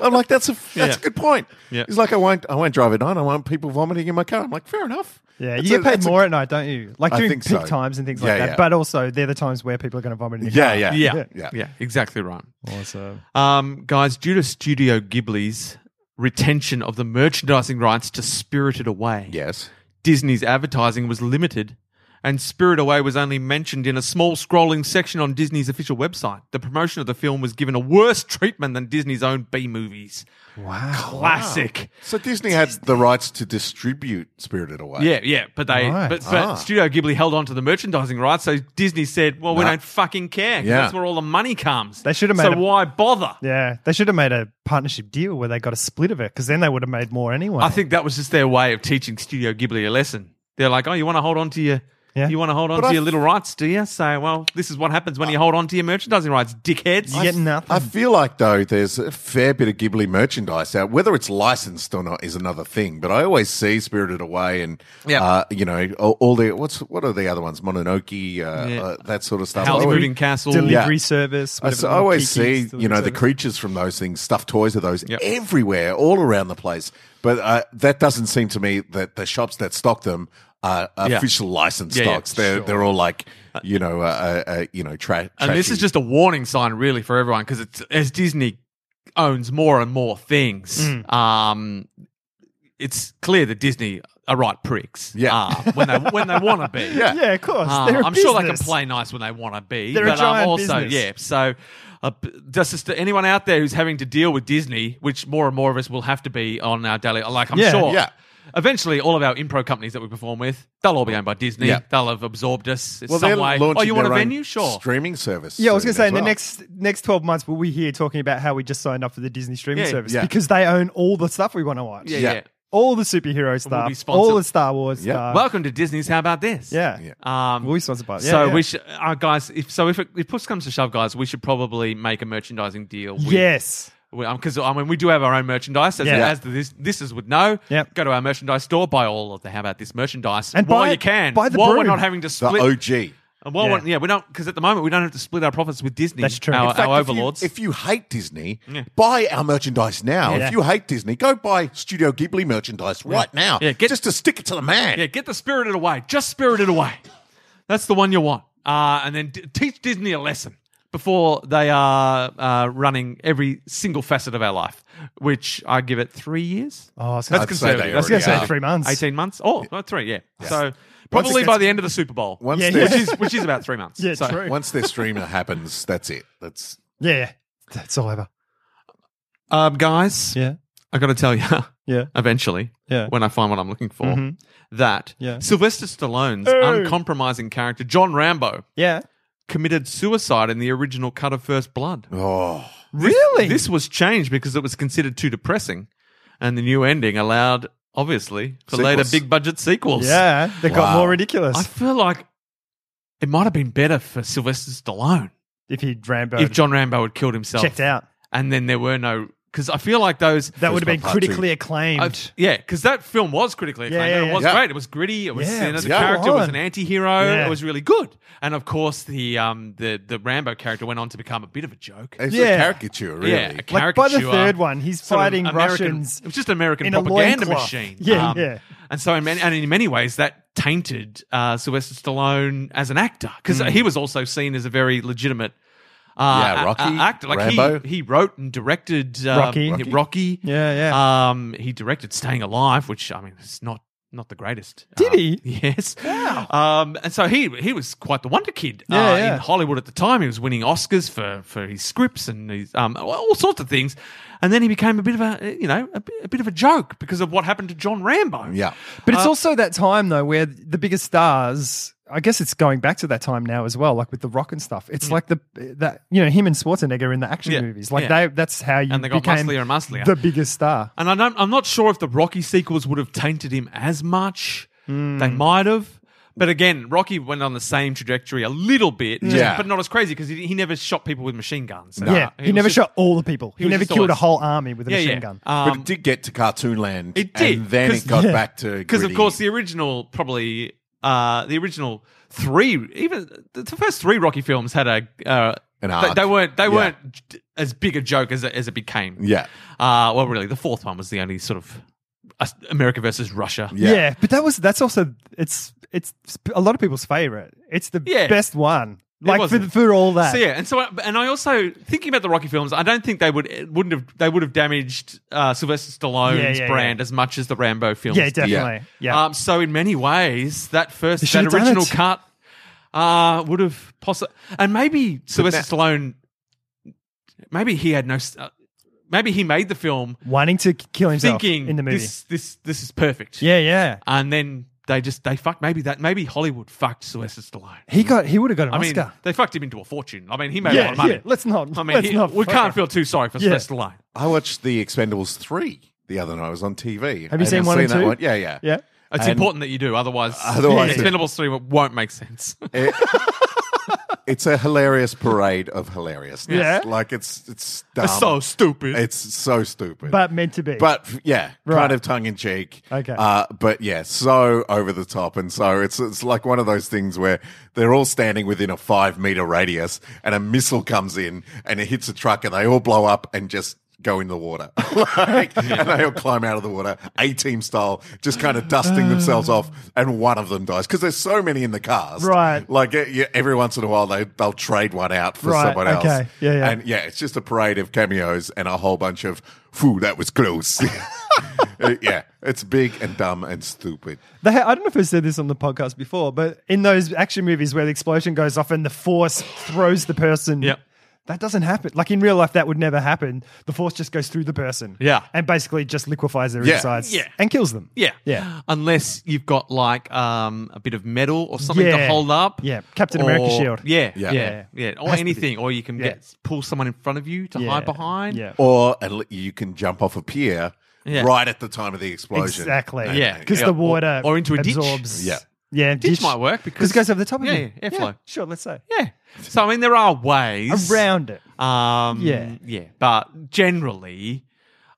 I'm like, "That's a that's a Yeah. good point." Yeah. He's like, "I won't I won't drive at night. I won't people vomiting in my car." I'm like, "Fair enough." yeah, That's you a- get paid that's a- more at night, don't you? Like I during think peak so. times and things Yeah, like that. yeah. But also, they're the times where people are going to vomit in the Yeah, car. yeah, Yeah. yeah. Yeah, exactly right. Awesome. Um, guys, due to Studio Ghibli's retention of the merchandising rights to Spirited Away, Yes. Disney's advertising was limited, and Spirit Away was only mentioned in a small scrolling section on Disney's official website. The promotion of the film was given a worse treatment than Disney's own B movies. Wow. Classic. So Disney had the rights to distribute Spirited Away. Yeah, yeah, but they, Right. but, but Ah. Studio Ghibli held on to the merchandising rights, so Disney said, "Well, we Nah. don't fucking care. 'cause Yeah. That's where all the money comes. They should have so made a- why bother? Yeah, they should have made a partnership deal where they got a split of it because then they would have made more anyway. I think that was just their way of teaching Studio Ghibli a lesson. They're like, "Oh, you want to hold on to your, Yeah. you want to hold on But to I- your little rights, do you? So, well, this is what happens when you hold on to your merchandising rights, dickheads. you get nothing. I feel like though there's a fair bit of Ghibli merchandise out. Whether it's licensed or not is another thing. But I always see Spirited Away and Yeah. uh, you know all, all the what's what are the other ones Mononoke uh, Yeah. uh, that sort of stuff. Howl's I always- Moving Castle. delivery service. I whatever s- the I always Kiki's see, you delivery know, the service. creatures from those things, stuffed toys of those Yep. everywhere, all around the place. But uh, that doesn't seem to me that the shops that stock them are Yeah. official licensed Yeah, yeah, stocks. they're they're all like, you know, uh, uh, uh, you know, tra- And this trashy. is just a warning sign, really, for everyone, because it's as Disney owns more and more things, Mm. um, it's clear that Disney are right pricks. Yeah. uh, when they when they want to be. Yeah. Yeah, of course. Uh, They're a I'm sure they can business. play nice when they want to be. They're a but, um, giant also, business. yeah. So, uh, b- just, just to anyone out there who's having to deal with Disney, which more and more of us will have to be on our daily, like I'm Yeah. sure. Yeah. Eventually, all of our impro companies that we perform with, they'll all be owned by Disney. Yeah. They'll have absorbed us in well, some they're way. launching Oh, you want a their own venue? Sure. streaming service. Yeah, I was going to soon say as in the well. next next twelve months, we'll be here talking about how we just signed up for the Disney streaming Yeah, service yeah. because they own all the stuff we want to watch. Yeah, yeah. Yeah. all the superhero stuff, be sponsored. all the Star Wars Yeah. stuff. Welcome to Disney's. How about this? yeah, Yeah. Um, we'll be sponsored by. Yeah, so yeah. we should, uh, guys. If so, if it, if push comes to shove, guys, we should probably make a merchandising deal. With, yes, because I mean we do have our own merchandise, as, Yeah. as the, this this is would know. Yep. Go to our merchandise store, buy all of the how about this merchandise, And while buy- you can, buy the while we're broom. not having to the split. OG. and while Yeah. We're, yeah, we don't because at the moment we don't have to split our profits with Disney. That's true. Our, In fact, our if you- overlords. If you, hate Disney, buy our merchandise now. Yeah. If you hate Disney, go buy Studio Ghibli merchandise right now. Yeah, get- just to stick it to the man. yeah, get the Spirited Away, just Spirited Away. That's the one you want. Uh, and then d- teach Disney a lesson before they are uh, running every single facet of our life, which I give it three years. Oh, I was that's gonna I'd say conservative. they That's already I was gonna conservative. say three months. 18 months. Oh, well, three, yeah. So Once probably it by gets- the end of the Super Bowl, Once, Yeah, their, yeah. which is which is about three months. yeah, So- true. once their streamer happens, that's it. That's Yeah, yeah, that's all over. Um, guys, Yeah, I got to tell you, yeah, eventually, yeah. when I find what I'm looking for, Mhm. that Yeah. Sylvester Stallone's Hey. uncompromising character John Rambo Yeah. committed suicide in the original cut of First Blood. oh. Really? This was changed because it was considered too depressing, and the new ending allowed, obviously, for later Sequels. big budget sequels. yeah, they got Wow. more ridiculous I feel like it might have been better for Sylvester Stallone. if he Rambo if John Rambo had killed himself, checked out. and then there were no because I feel like those. That would have been part two. critically acclaimed. I- yeah, because that film was critically Yeah, acclaimed. and yeah, it was yeah. great. It was gritty. It was Yeah, you know, the yeah. character was an Yeah. anti-hero. Yeah. It was really good. And of course, the um the the Rambo character went on to become a bit of a joke. It's Yeah. a caricature, really. Yeah, a like by the caricature, third one, he's sort of fighting American- Russians. It was just an American in a propaganda loincloth. machine. Um, Yeah, yeah. And so, in many, and in many ways, that tainted uh, Sylvester Stallone as an actor because Mm. he was also seen as a very legitimate. Uh, Yeah, a- a- Rocky, actor. Like he- Rambo. He, wrote and directed um, Rocky. Rocky. Yeah, yeah. Um, he directed Staying Alive, which I mean, it's not not the greatest. Did Um, he? Yes. Wow. Um, and so he he was quite the wonder kid uh, Yeah, yeah. in Hollywood at the time. He was winning Oscars for, for his scripts and his, um, all sorts of things. And then he became a bit of a you know a, bit- a bit of a joke because of what happened to John Rambo. Yeah. But Uh, it's also that time though where the biggest stars. I guess it's going back to that time now as well, like with the Rock and stuff. It's like the that you know him and Schwarzenegger in the action Yeah, movies. Like yeah. they that's how you And they got became musclier and musclier. the biggest star. And I don't, I'm not sure if the Rocky sequels would have tainted him as much. Hmm. They might have. But again, Rocky went on the same trajectory a little bit, just- Yeah. but not as crazy because he, he never shot people with machine guns. So yeah, he, was never just- shot all the people. He, was never just killed a always- whole army with a Yeah, machine yeah. Um, gun. but it did get to cartoon land. it did, And then 'cause- it got yeah. back to. Because of gritty. course the original probably uh, the original three even the the first three Rocky films had a uh, An they, arc. they weren't they Yeah. weren't j- as big a joke as it, as it became. Yeah. Uh, well, really, the fourth one was the only sort of uh, America versus Russia. Yeah. Yeah. but that was that's also it's it's a lot of people's favorite. It's the Yeah. best one. Like was. for, for all that. So yeah, and so I, and I also thinking about the Rocky films, I don't think they would it wouldn't have they would have damaged uh, Sylvester Stallone's Yeah, yeah, brand as much as the Rambo films. Yeah, did. definitely. Yeah. Um, so in many ways, that first They should that have done original it. cut uh, would have possibly, and maybe Sylvester Stallone, maybe he had no, s- uh, maybe he made the film Wanting to k- kill himself thinking in the movie. this this this is perfect. yeah, yeah. and then they just they fucked maybe that maybe Hollywood fucked Sylvester Stallone. He got he would have got an I mean, Oscar. they fucked him into a fortune. I mean, he made a lot yeah, of money. yeah. Let's not. I mean, let's he- not. we fuck can't up. feel too sorry for Yeah. Sylvester Stallone. I watched The Expendables 3 the other night. I was on TV. Have you I seen haven't one and that two? Yeah, yeah. Yeah. It's And- important that you do, otherwise, Otherwise it- Expendables three won't make sense. It- it's a hilarious parade of hilariousness. Yeah. Like it's it's dumb. It's so stupid. It's so stupid. But meant to be. but f- yeah, Right. kind of tongue in cheek. Okay. Uh, but yeah, so over the top, and so it's it's like one of those things where they're all standing within a five meter radius, and a missile comes in and it hits a truck, and they all blow up and just go in the water, like, and they all climb out of the water, A team style, just kind of dusting themselves off, and one of them dies because there's so many in the cast, Right. Like eh, yeah, every once in a while they they'll trade one out for Right, someone else, okay. Yeah, yeah. And yeah, it's just a parade of cameos and a whole bunch of "Phew, that was close." Uh, yeah, it's big and dumb and stupid. They ha- I don't know if I said this on the podcast before, but in those action movies where the explosion goes off and the force throws the person, Yep. that doesn't happen. Like in real life, that would never happen. The force just goes through the person, Yeah. and basically just liquefies their Yeah. insides, Yeah. and kills them. Yeah. yeah, Unless you've got like um, a bit of metal or something to Yeah. hold up. Yeah. Captain America Or- shield. Yeah. Yeah. Yeah. Yeah. Or anything. Or you can Yeah. get pull someone in front of you to Yeah. hide behind. Yeah, Or and l- you can jump off a pier Yeah. right at the time of the explosion. exactly. And- Yeah. because Yeah. the water Or- or into a ditch. absorbs. Yeah. yeah, Ditch might work because because it goes over the top of Yeah, you. yeah, airflow. sure, let's say Yeah. So I mean, there are ways around it. Um, Yeah. Yeah. But generally,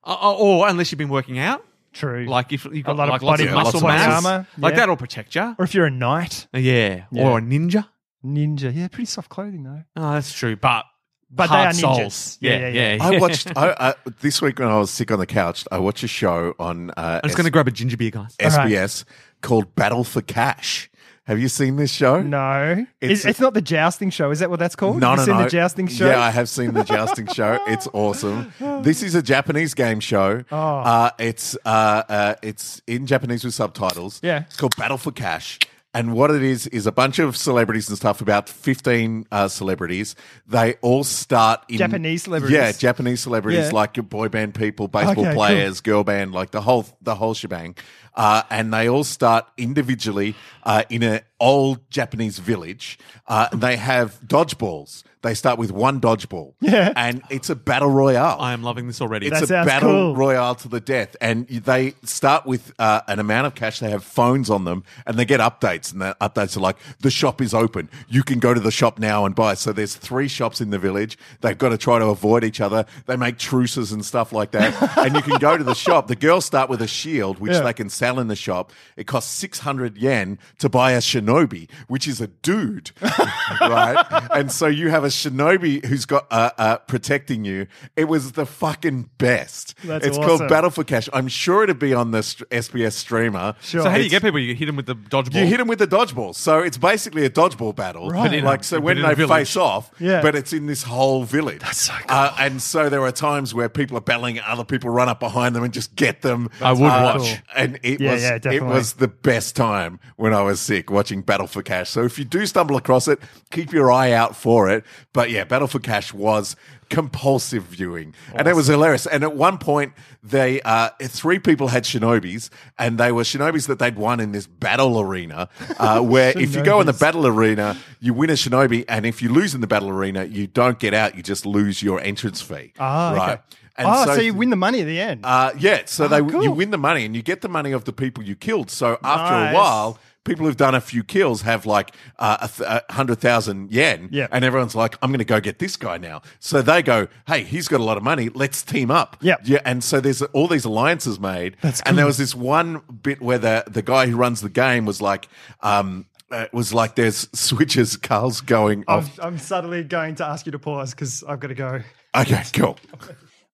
uh, or unless you've been working out, True, like if you've got lot of like lots body- of muscle lots of mass, armor, like yeah. that'll protect you. or if you're a knight, Yeah. Or a ninja. ninja. Yeah, pretty soft clothing though. Oh, that's true. But But they hard are ninjas. souls. Yeah, Yeah. yeah, yeah. Yeah. I watched I, I, this week when I was sick on the couch. I watched a show on uh, I'm just going to grab a ginger beer, guys. S- All right. SBS called Battle for Cash. Have you seen this show? No, It's it's, a- it's not the jousting show. Is that what that's called? No, Have no, you seen no. the jousting show? Yeah, I have seen the jousting show. It's awesome. This is a Japanese game show. Oh. Uh, it's uh, uh, it's in Japanese with subtitles. Yeah. it's called Battle for Cash. And what it is is a bunch of celebrities and stuff. About fifteen uh, celebrities. They all start in Japanese celebrities? Yeah, Japanese celebrities Yeah. like your boy band people, baseball Okay, cool. players, girl band, like the whole the whole shebang. Uh, and they all start individually uh, in an old Japanese village. Uh, and they have dodgeballs. They start with one dodgeball. Yeah. And it's a battle royale. I am loving this already. It's That a sounds battle cool. royale to the death, and they start with uh, an amount of cash. They have phones on them, and they get updates, and the updates are like, "The shop is open. You can go to the shop now and buy." So there's three shops in the village. They've got to try to avoid each other. They make truces and stuff like that, and you can go to the shop. The girls start with a shield, which Yeah. they can sell in the shop. It costs 600 yen to buy a Chanel shinobi, which is a dude, right? And so you have a shinobi who's got uh, uh, protecting you. It was the fucking best. That's it's awesome. called Battle for Cash. I'm sure it'd be on the st- SBS streamer. Sure. So how do you get It's- people? You hit them with the dodgeball. You hit him with the dodgeball, so it's basically a dodgeball battle. Right. But in a- Like so, but when in a they village. face off, Yeah. but it's in this whole village. That's so cool. Uh, and so there are times where people are battling, other people run up behind them and just get them. Uh, I would watch. and it Yeah, was yeah, it definitely. was the best time when I was sick watching Battle for Cash. So if you do stumble across it, keep your eye out for it. But yeah, Battle for Cash was compulsive viewing, and it was hilarious. And at one point, they uh, three people had shinobis, and they were shinobis that they'd won in this battle arena, uh, where if you go in the Shinobis. battle arena, you win a shinobi, and if you lose in the battle arena, you don't get out. You just lose your entrance fee. Ah, okay. oh, so, you win the money at the end. uh, yeah, so they you Ah, cool. win the money and you get the money of the people you killed. So after Nice. a while, people who've done a few kills have like uh, a, th- a hundred thousand yen, Yep. and everyone's like, "I'm going to go get this guy now." So they go, "Hey, he's got a lot of money. Let's team up." Yep. Yeah, and so there's all these alliances made. That's And there cool. was this one bit where the the guy who runs the game was like. Um, uh, it was like there's switches, Carl's going I'm, off. I'm subtly going to ask you to pause because I've got to go. Okay, cool.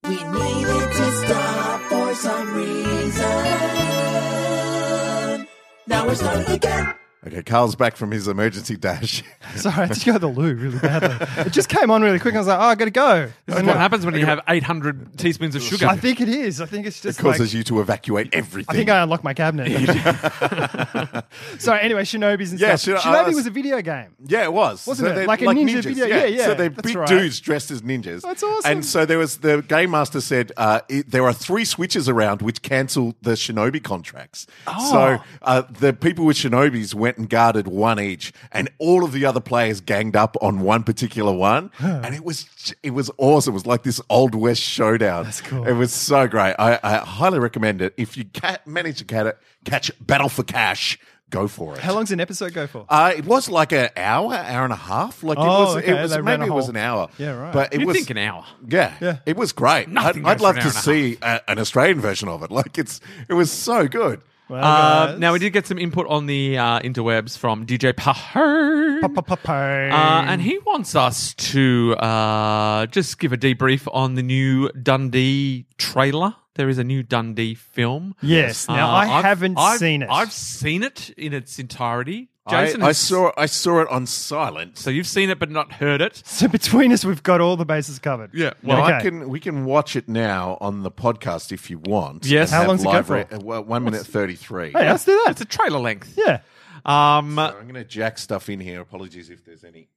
We needed to stop for some reason. Now we're starting again. Okay, Carl's back from his emergency dash. Sorry, I had to go to the loo really badly. it just came on really quick. I was like, oh, I got to go. This is what happens when you have 800 teaspoons of sugar. I think it is. I think it's just like, Causes you to evacuate everything. I think I unlocked my cabinet. Sorry, anyway, Shinobis and Yeah, stuff. should I Shinobi ask- was a video game. Yeah, it was. Wasn't it? they're Like a ninja video. Yeah, yeah, So they're that's big right. dudes dressed as ninjas. That's awesome. And so there was the game master said uh, it, there are three switches around which cancel the shinobi contracts. Oh. So uh, the people with shinobis went and guarded one each, and all of the other players ganged up on one particular one, and it was j- it was awesome. It was like this old west showdown. That's cool. It was so great. I, I highly recommend it. If you ca- manage to cat- catch Battle for Cash, go for it. How long's an episode go for? Uh, it was like an hour, hour and a half. Like it Oh, was, okay, it was they ran maybe a it was whole- an hour. Yeah, right. But it You'd was Uh, think an hour. Yeah, Yeah. it was great. Nothing I'd, I'd goes for love an to hour and a see a, an Australian version of it. Like it's, it was so good. Well, Uh, guys. now we did get some input on the uh, interwebs from DJ Pahern. Pa-pa-pa-pang. Uh, and he wants us to uh, just give a debrief on the new Dundee trailer. There is a new Dundee film. Uh, Yes. Now, I I've- haven't I've- seen it. I've seen it in its entirety. Jason, I, I has- saw, I saw it on silent. So you've seen it but not heard it. so between us, we've got all the bases covered. Yeah, well, I Okay. can. We can watch it now on the podcast if you want. Yes. and How have long's it go live for? re- uh, well, one minute thirty-three. Hey, uh, let's do It's that. a trailer length. Yeah. Um, So I'm going to jack stuff in here. Apologies if there's any.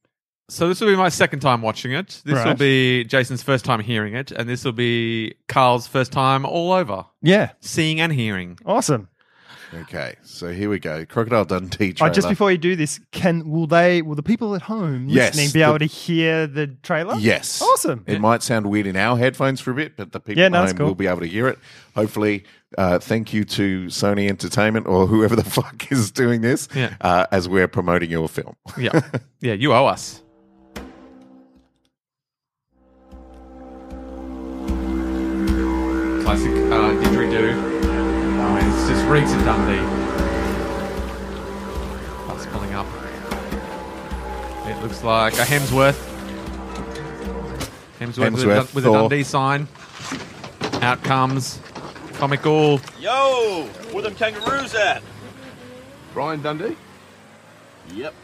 So this will be my second time watching it. This will Right. be Jason's first time hearing it, and this will be Carl's first time all over Yeah. seeing and hearing. Awesome. Okay, so here we go. Crocodile Dundee Oh, trailer. just before you do this, can will they will the people at home Yes, listening be the- able to hear the trailer? Yes. Awesome. It might sound weird in our headphones for a bit, but the people Yeah, at no, that's home cool. will be able to hear it. Hopefully, uh, thank you to Sony Entertainment or whoever the fuck is doing this Yeah. uh, as we're promoting your film. Yeah, yeah, you owe us. Classic uh, didgeridoo. I mean, it's just reeks of Dundee. That's pulling up. It looks like a Hemsworth. Hemsworth, with, a, Dun- Hemsworth, with a Thor. Dundee sign. Out comes comical. Yo, where them kangaroos at? Brian Dundee? Yep.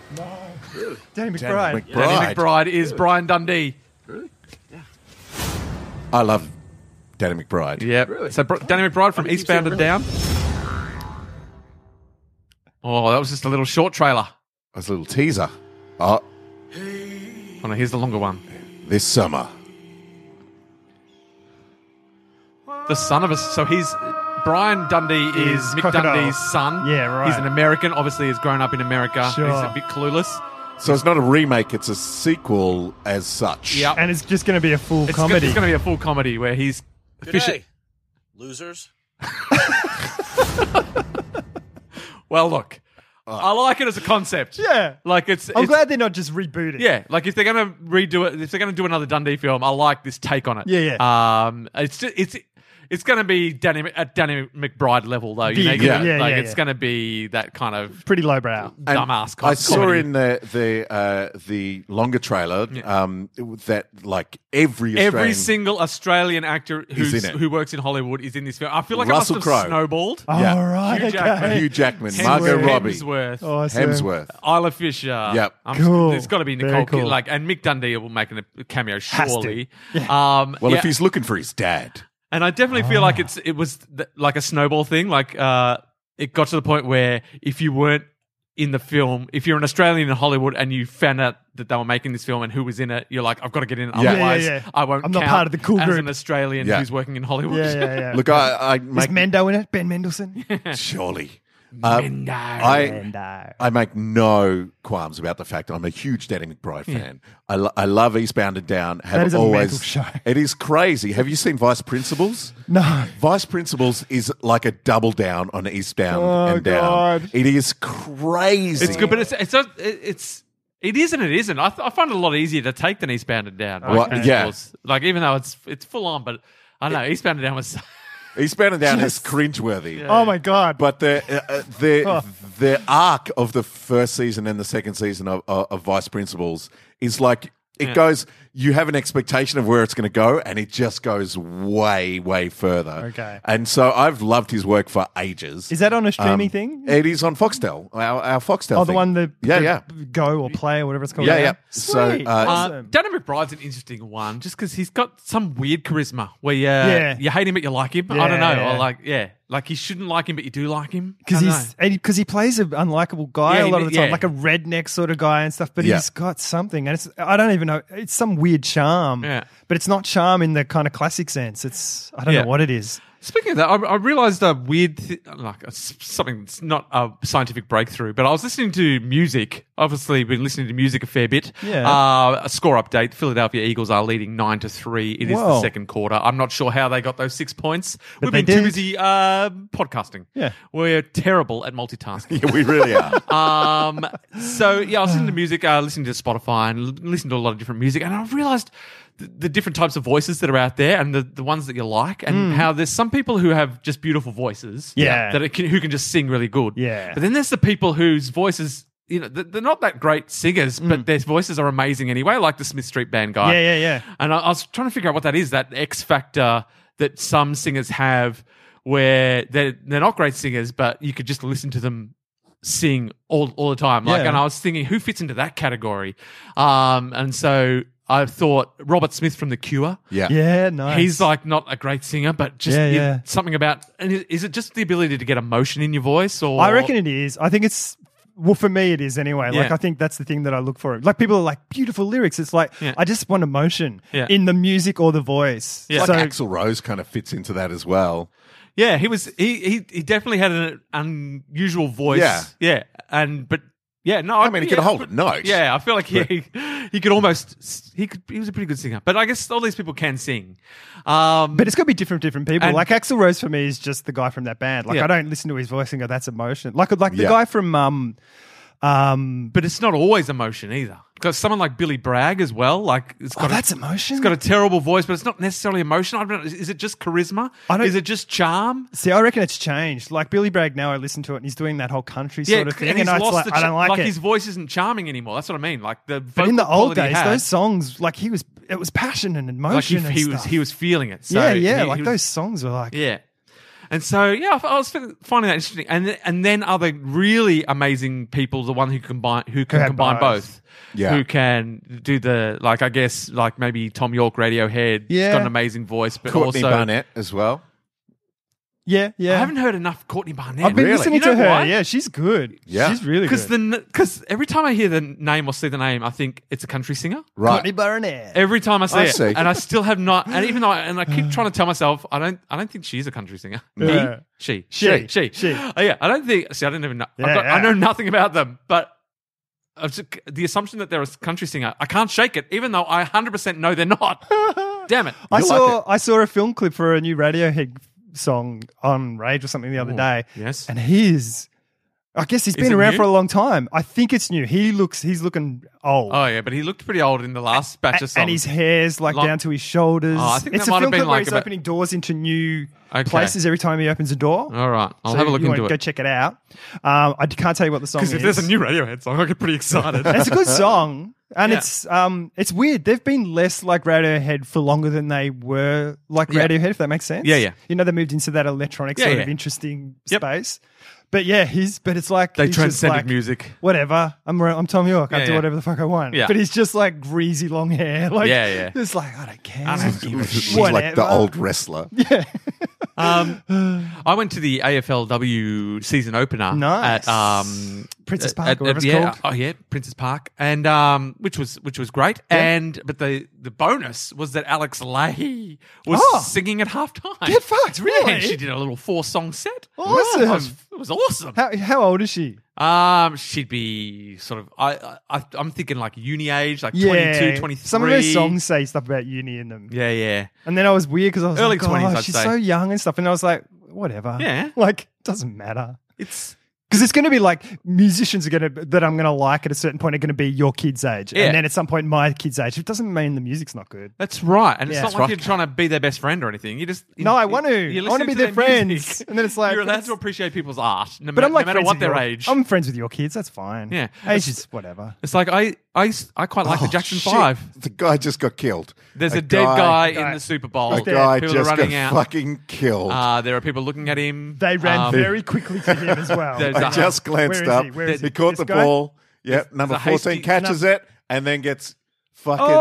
Danny McBride. Danny McBride is Brian Dundee. Really? Yeah. I love Danny McBride. Yeah. Really? So Br- Danny McBride from I think you Eastbound said and really. Down. Oh, that was just a little short trailer. That's a little teaser. Oh, Oh no, here's the longer one. this summer. The son of a so he's Brian Dundee is He's Mick Crocodile. Dundee's son. Yeah, right. He's an American. Obviously, he's grown up in America. Sure. He's a bit clueless. So it's not a remake, it's a sequel as such. Yeah. And it's just going to be a full It's comedy. Gonna, it's going to be a full comedy where he's fishing. G'day, losers. Well, look, I like it as a concept. Yeah. Like it's. I'm it's- glad they're not just rebooting. Yeah, like if they're going to redo it, if they're going to do another Dundee film, I like this take on it. Yeah, yeah. Um, it's just it's It's going to be Danny at Danny McBride level though. You know, Big, you're gonna- yeah, yeah, like yeah, it's yeah. going to be that kind of Pretty lowbrow. And dumbass. I kind of saw comedy. in the the uh, the longer trailer um, that like every Australian, Every single Australian actor who's, in it. who works in Hollywood is in this film. I feel like Russell I must have Crowe. snowballed. All right. Yeah. Hugh Jackman. okay. Hugh Jackman, Hems- Margot Hemsworth. Robbie, Hemsworth. Awesome. Hemsworth. Isla Fisher. Yep. I'm- Oh. Cool. There's got to be Very Nicole cool. Kid, like, and Mick Dundee will make a cameo to. surely. Um, Well, yeah, if he's looking for his dad, and I definitely feel Ah. like it's it was th- like a snowball thing. Like uh, it got to the point where if you weren't in the film, if you're an Australian in Hollywood and you found out that they were making this film and who was in it, you're like, I've got to get in. yeah, Otherwise, yeah. I won't. I'm not count part of the cool as group. an Australian Yeah. who's working in Hollywood. Yeah, yeah, yeah. look, I, I make Is Mendo in it? Ben Mendelsohn? surely. Uh, I Mendo. I make no qualms about the fact that I'm a huge Danny Hmm. McBride fan. I, lo- I love Eastbound and Down. Have That is a always mental show. it is crazy. Have you seen Vice Principals? No. Vice Principals is like a double down on Eastbound Oh, and Down. God. It is crazy. It's good, but it's it's a, it- it's it is and it isn't. I, th- I find it a lot easier to take than Eastbound and Down. Well, Like, yeah. was- like even though it's it's full on, but I don't know. Eastbound and Down was Eastbound and Down is cringeworthy. Oh my god. But the uh, uh, the the arc of the first season and the second season of, of, of Vice Principals is like it goes. You have an expectation of where it's going to go, and it just goes way way further. Okay. and so I've loved his work for ages. Is that on a streaming Um, thing? It is on Foxtel. Our, our Foxtel. Oh, the thing. one that Yeah, the yeah. Go or play or whatever it's called. Yeah, now? yeah. So, Sweet. uh, uh, awesome. Danny McBride's an interesting one, just because he's got some weird charisma where you, Yeah. you hate him but you like him. I don't know, Yeah, yeah. or like yeah, like you shouldn't like him but you do like him because I don't he's know. because he plays an unlikable guy Yeah, a lot of he- the time, yeah. like a redneck sort of guy and stuff. But Yeah. he's got something, and it's I don't even know. It's some weird charm, Yeah. but it's not charm in the kind of classic sense. It's I don't Yeah. know what it is. Speaking of that, I, I realized a weird, th- like a s- something that's not a scientific breakthrough, but I was listening to music. Obviously, been listening to music a fair bit. Yeah. Uh, a score update: Philadelphia Eagles are leading nine to three. It is the Whoa. second quarter. I'm not sure how they got those six points. We've they been too did. busy uh, podcasting. Yeah. we're terrible at multitasking. yeah, we really are. um, so yeah, I was listening to music, uh, listening to Spotify, and l- listening to a lot of different music, and I realized the, the different types of voices that are out there, and the, the ones that you like, and how there's some people who have just beautiful voices, Hmm. Yeah. that it can, who can just sing really good, Yeah. But then there's the people whose voices. You know, th- they're not that great singers, but their voices are amazing anyway, like the Smith Street Band guy. Hmm. Yeah, yeah, yeah. And I, I was trying to figure out what that is that X factor that some singers have where they're, they're not great singers, but you could just listen to them sing all, all the time. Like, Yeah. and I was thinking, who fits into that category? Um, and so I thought Robert Smith from The Cure. Yeah, Yeah, nice. He's like not a great singer, but just Yeah, you- yeah. something about. And is, is it just the ability to get emotion in your voice? Or I reckon it is. I think it's well for me it is anyway. Like Yeah. I think that's the thing that I look for. Like people are like beautiful lyrics. It's like Yeah. I just want emotion Yeah. in the music or the voice. Yeah. like So Axel Rose kind of fits into that as well. Yeah, he was. He he, he definitely had an unusual voice. Yeah. yeah, and but yeah, no. I mean, he could hold a note. Yeah, I feel like he he could almost he could he was a pretty good singer. But I guess all these people can sing. Um, But it's going to be different for different people. And- like Axel Rose for me is just the guy from that band. Like Yeah. I don't listen to his voice and go, "That's emotion." Like like the Yeah. guy from um um. but it's not always emotion either. Because someone like Billy Bragg as well, like it's Oh, got that's a, emotion. it's got a terrible voice, but it's not necessarily emotion. I don't. know. Is it just charisma? I don't- is it just charm? See, I reckon it's changed. Like Billy Bragg now, I listen to it and he's doing that whole country sort of thing, and, he's I, it's lost like, the I cha- don't like, it. his voice isn't charming anymore. That's what I mean. Like the but in the vocal old quality he days, had- those songs, like he was, it was passion and emotion. like he, and he stuff. was he was feeling it. So yeah, yeah, he- like he was- those songs were like, Yeah. And so, yeah, I f- I was fin- finding that interesting. And th- and then other really amazing people, the one who combine who can had combine both, both. Yeah. who can do the like I guess like maybe Tom York, Radiohead, he's Yeah. got an amazing voice, but Courtney also Barnett as well. yeah, yeah. I haven't heard enough Courtney Barnett. I've been Really? listening You know to her. why? Yeah, she's good. Yeah. she's really good. because the because every time I hear the name or see the name, I think it's a country singer. Right. Courtney Barnett. Every time I see I it, see. and I still have not, and even though, I, and I keep trying to tell myself, I don't, I don't think she's a country singer. Yeah. He, she, she, she, She, she. Oh, yeah, I don't think. See, I don't even know. I've Yeah, got- I yeah. know nothing about them, but I've just- the assumption that they're a country singer, I can't shake it, even though I 100 percent know they're not. Damn it! I You'll saw like I saw a film clip for a new Radiohead song on Rage or something the other day. yes. and his I guess he's Is been it around new? for a long time. I think it's new. He looks, he's looking old. Oh yeah, but he looked pretty old in the last A- batch of songs. and his hair's like Long- down to his shoulders. Oh, I think it's that a might have film been clip where like he's about- opening doors into new Okay. places every time he opens a door. All right, I'll So have a look you wanna into Go it. check it out. Um, I d- can't tell you what the song is. Because if there's a new Radiohead song, I get pretty it's excited. a good song, and Yeah. it's um, it's weird. They've been less like Radiohead for longer than they were like Yeah. Radiohead. If that makes sense. Yeah, yeah. You know, they moved into that electronic Yeah, sort yeah. of interesting Yep. space. But yeah, he's but it's like they he's just transcended like, music. Whatever, I'm Ra- I'm Tom York. I Yeah, do yeah. whatever the fuck I want. Yeah. But he's just like greasy long hair. Like, Yeah, yeah. It's like I don't care. I don't give a She's shit. like the Whatever. old wrestler. Um, I went to the AFLW season opener at Nice. um, Princess at- Park, at- or whatever it's yeah, called. Oh yeah, Princess Park, and um, which was which was great. And but the the bonus was that Alex Leahy was Oh. singing at halftime. Get fucked, really? Yeah, she did a little four song set. Awesome. It was, it was awesome. How how old is she? Um, she'd be sort of I, I I'm thinking like uni age, like 22, 23. Some of her songs say stuff about uni in them. Yeah, yeah. And then I was weird because I was Early like, oh, 20s, I'd she's say. so young and stuff. And I was like, whatever. Yeah. Like, doesn't matter. It's Because it's going to be like musicians are going to that I'm going to like at a certain point are going to be your kid's age, Yeah. and then at some point my kid's age. It doesn't mean the music's not good. that's right, and Yeah. it's not like you're trying to be their best friend or anything. You just No, I want to. you're I want listening to be their friends. music. And then it's like- you're allowed to appreciate people's art, no, But ma- I'm like, no matter friends what with their your- age. I'm friends with your kids. That's fine. Yeah. age is whatever. it's like I, I s- I quite like the Oh, Jackson shit. Five. The guy just got killed. There's a, dead guy, in the Super Bowl. A guy people just are got running out. fucking killed. Uh, there are people looking at him. They ran Um, very quickly to him as well. There's I a- just glanced Where is up. he? Where is he he? caught This the guy? ball. Yep, number a hasty- 14 catches it and then gets fucking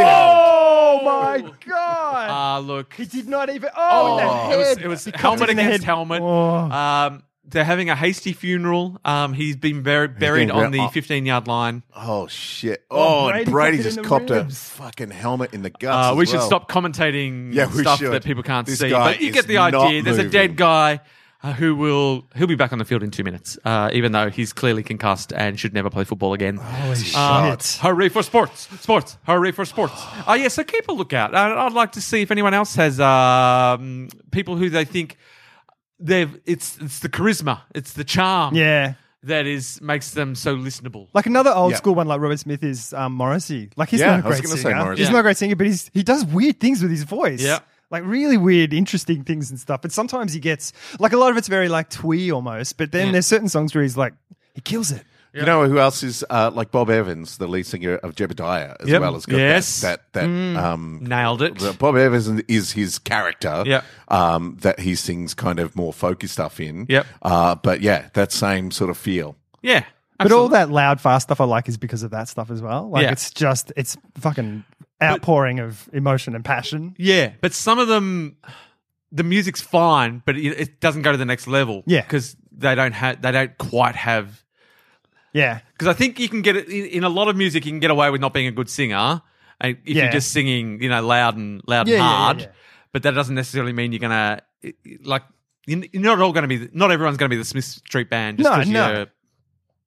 oh my Uh, god! Ah, look. He did not even. Oh, in the it was, head. it was He copped helmet it in the against head. helmet. Oh. Um, they're having a hasty funeral. Um, he's been bur- buried been bur- on the oh. 15 yard line. killed. Oh, shit. Oh, Oh, and Brady Brady, got it in just the copped a ribs. fucking helmet in the guts. Uh, as we should well. stop commentating Yeah, we stuff should. that people can't This see. guy But you is get the not idea. There's a dead moving. guy uh, who will he'll be back on the field in two minutes, uh, even though he's clearly concussed and should never play football again. Oh, Uh, hooray for sports! Sports! Hooray for sports! Ah, yeah. So keep a lookout. I, I'd like to see if anyone else has um, people who they think they've. It's it's the charisma, it's the charm, Yeah. that is makes them so listenable. Like another old Yeah. school one, like Robert Smith is um, Morrissey. Like he's Yeah, not a I was great gonna say singer. Morrissey. He's Yeah. not a great singer, but he's he does weird things with his voice. Yeah. Like really weird, interesting things and stuff. But sometimes he gets like a lot of it's very like twee almost. But then Yeah. there's certain songs where he's like he kills it. You know who else is uh, like Bob Evans, the lead singer of Jebediah, as Yep. well as got Yes. Mm. that that, that um, Nailed it. the- Bob Evans is his character. Yep. um, that he sings kind of more folky stuff in. Yep. uh, but yeah, that same sort of feel. Yeah. But all absolutely. that loud, fast stuff I like is because of that stuff as well. Like Yeah. it's just it's fucking outpouring of emotion and passion. Yeah, but some of them, the music's fine, but it, it doesn't go to the next level. Yeah. because they don't have they don't quite have. Yeah. Because I think you can get it in, in a lot of music, you can get away with not being a good singer, and if Yeah. you're just singing, you know, loud and loud Yeah, and yeah, yeah, hard. yeah. But that doesn't necessarily mean you're gonna it- it- like. You're you're not all going to be. Not everyone's going to be the Smith Street Band. Just No, 'cause no. You're,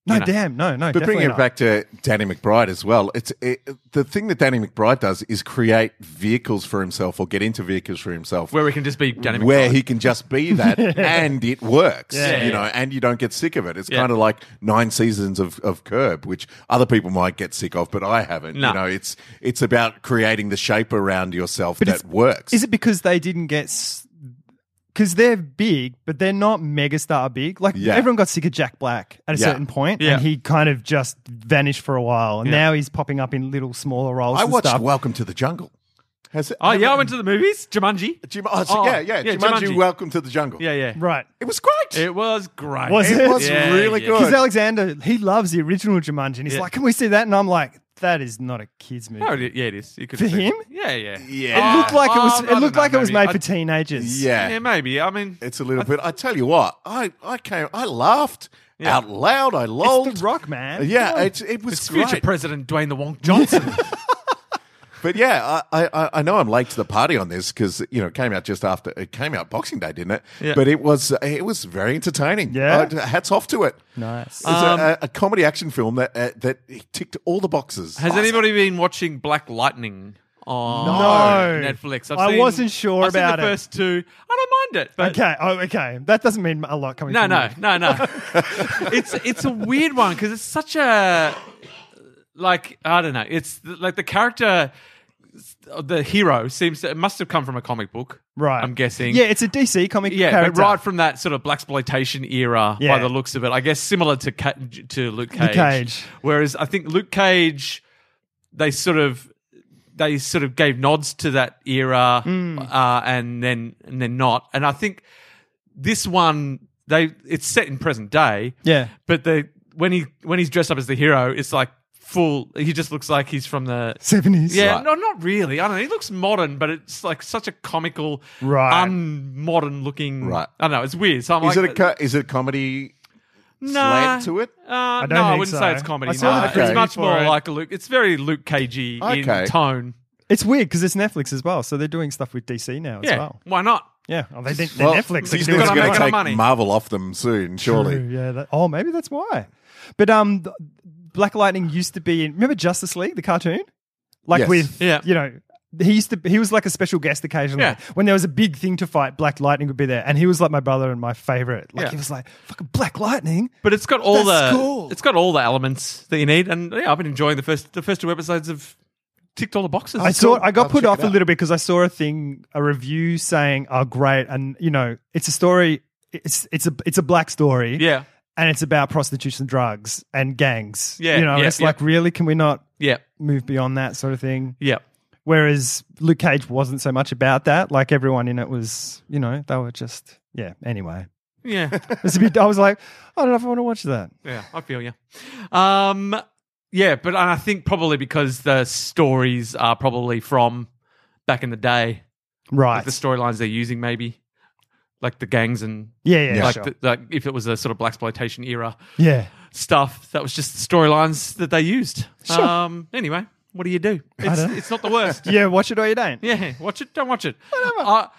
No, You know. damn, no, no. But bringing definitely it not. back to Danny McBride as well, it's it, the thing that Danny McBride does is create vehicles for himself or get into vehicles for himself where we can just be Danny where McBride. he can just be that and it works Yeah. you know and you don't get sick of it it's Yeah. kind of like nine seasons of, of curb which other people might get sick of but i haven't No. you know it's it's about creating the shape around yourself But that it's- works Is it because they didn't get? Because they're big, but they're not megastar big. Like Yeah. everyone got sick of Jack Black at a Yeah. certain point, Yeah. and he kind of just vanished for a while, and Yeah. now he's popping up in little smaller roles. i and watched stuff. welcome to the jungle has it oh yeah, I went to the movies. Jumanji. Jim- oh, so- Oh, yeah, yeah, yeah, Jumanji, Jumanji. Welcome to the Jungle. Yeah, yeah. right. It was great. It was great. Was It it? was Yeah, really yeah. good. Because Alexander, he loves the original Jumanji, and he's Yeah. like, "Can we see that?" And I'm like, "That is not a kids movie." No, it- yeah, it is. You could For see- him? Yeah, yeah. Yeah. It looked like it was. Oh, I It don't looked know, like it was maybe. made for I- teenagers. yeah. Yeah. maybe. I mean, It's a little bit. I tell you what, I, I came, I laughed Yeah. out loud. I lolled. it's the Rock Man. Yeah, it's, it was it's great. future president Dwayne the Wonk Johnson. but yeah, I, I, I know I'm late to the party on this because you know it came out just after it came out Boxing Day, didn't it? Yeah. But it was it was very entertaining. Yeah. Uh, hats off to it. Nice. It's Um, a- a, a comedy action film that uh, that ticked all the boxes. Has anybody been watching Black Lightning on No. Netflix? I wasn't sure I've seen about it. the first two. I mind it. But Okay. Oh, okay. That doesn't mean a lot coming. No, from no, no, you. no. it's it's a weird one because it's such a like I don't know. It's th- like the character, the hero seems to, it must have come from a comic book, Right. I'm guessing. Yeah, it's a DC comic Yeah, character. but right from that sort of black exploitation era, Yeah. by the looks of it, I guess similar to Ca- to Luke Cage. Luke Cage. Whereas I think Luke Cage, they sort of they sort of gave nods to that era, Hmm. uh, and then and then not. And I think this one, they it's set in present day. Yeah. but the when he when he's dressed up as the hero, it's like full. He just looks like he's from the Seventies. yeah, no, not really. I don't know. He looks modern, but it's like such a comical, Right. unmodern looking. Right. I don't know. It's weird. So I'm Is like, uh, it a co- is it comedy nah, slant to it? Uh, I don't no, I think wouldn't so. say it's comedy. I saw no. the preview It's much for more it. like a Luke. It's very Luke Cagey Okay. in tone. It's weird because it's Netflix as well, so they're doing stuff with DC now as Yeah, well. why not? Yeah, oh, they think they're Well, Netflix. They can do Disney's whatever gotta going to make they it want. up take money. Marvel off them soon, surely. True, yeah. That, oh, maybe that's why. But um, th- Black Lightning used to be in. Remember Justice League, the cartoon? Like Yes. with Yeah. you know. He used to. He was like a special guest occasionally. Yeah. When there was a big thing to fight, Black Lightning would be there, and he was like my brother and my favorite. Like Yeah. he was like fucking Black Lightning. But it's got all That's the cool. it's got all the elements that you need, and yeah, I've been enjoying the first the first two episodes of ticked all the boxes. I saw. I got I'll put check off it a out. little bit because I saw a thing, a review saying, "Oh, great!" And you know, it's a story. It's it's a it's a black story. yeah, and it's about prostitution, drugs, and gangs. Yeah, you know, yeah, it's yeah. like really, can we not yeah, move beyond that sort of thing? yeah. Whereas Luke Cage wasn't so much about that. Like everyone in it was, you know, they were just yeah. Anyway, Yeah, it's a bit. I was like, I don't know if I want to watch that. yeah, I feel you. Um, yeah, but I think probably because the stories are probably from back in the day, Right? like the storylines they're using, maybe like the gangs and yeah, yeah, like, sure. the, like if it was a sort of black exploitation era yeah. stuff, that was just the storylines that they used. Sure. Um, anyway, what do you do? It's, don't- it's not the worst. Yeah, watch it or you don't. Yeah, watch it. Don't watch it. I,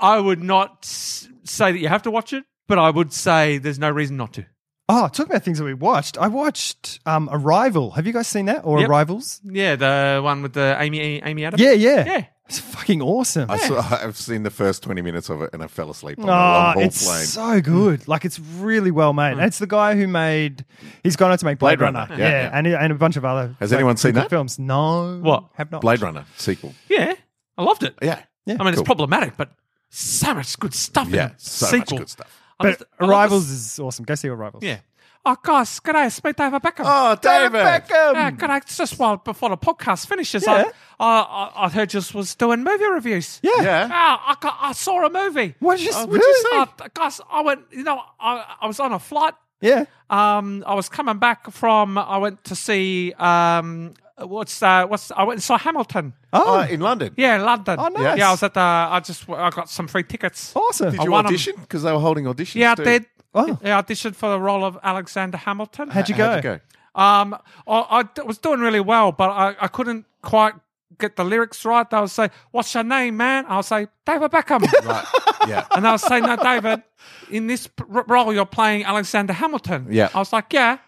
I would not s- say that you have to watch it, but I would say there's no reason not to. Oh, talk about things that we watched. I watched um, Arrival. Have you guys seen that or Yep. Arrivals? Yeah, the one with the Amy Amy Adams. Yeah, yeah, Yeah. It's fucking awesome. I saw, I've seen the first 20 minutes of it and I fell asleep on the Ah, long haul plane. it's so good. Like it's really well made. Hmm. And it's the guy who made. He's gone on to make Blade, Blade Runner. Runner. Yeah, Yeah, yeah. And, and a bunch of other. Has anyone seen good that? Films? No. What? Have not. Blade Runner sequel. Yeah, I loved it. Yeah. Yeah. I mean, it's Cool. problematic, but so much good stuff. Yeah, in it. so much Sequel. good stuff. I But just- I love Arrivals this- is awesome. Go see Arrivals. Yeah. Oh, guys, could I meet David Beckham? Oh, um, David Beckham. Yeah, Uh, could I just while before the podcast finishes? Yeah. I, I, I I heard you was doing movie reviews. Yeah. Yeah. Ah, I, got, I saw a movie. What did you, Oh, what what'd did you you Oh, th- guys, I went. You know, I, I was on a flight. say? Yeah. Um, I was coming back from. I went to see. Um, what's uh, what's I went and saw Hamilton. Oh, in London. Yeah, in London. Oh, nice. Yeah, I was at the. I just I got some free tickets. Awesome. Did you won 'em. Oh, audition? Because they were holding auditions. Yeah, I too. did. Oh. Yeah, I auditioned for the role of Alexander Hamilton. How'd you go? How'd you go? Um, I, I d- was doing really well, but I, I couldn't quite get the lyrics right. They would say, "What's your name, man?" I'll say, "David Beckham," Right. Yeah. and they'll say, "No, David, in this p- r- role you're playing Alexander Hamilton." Yeah. I was like, "Yeah,"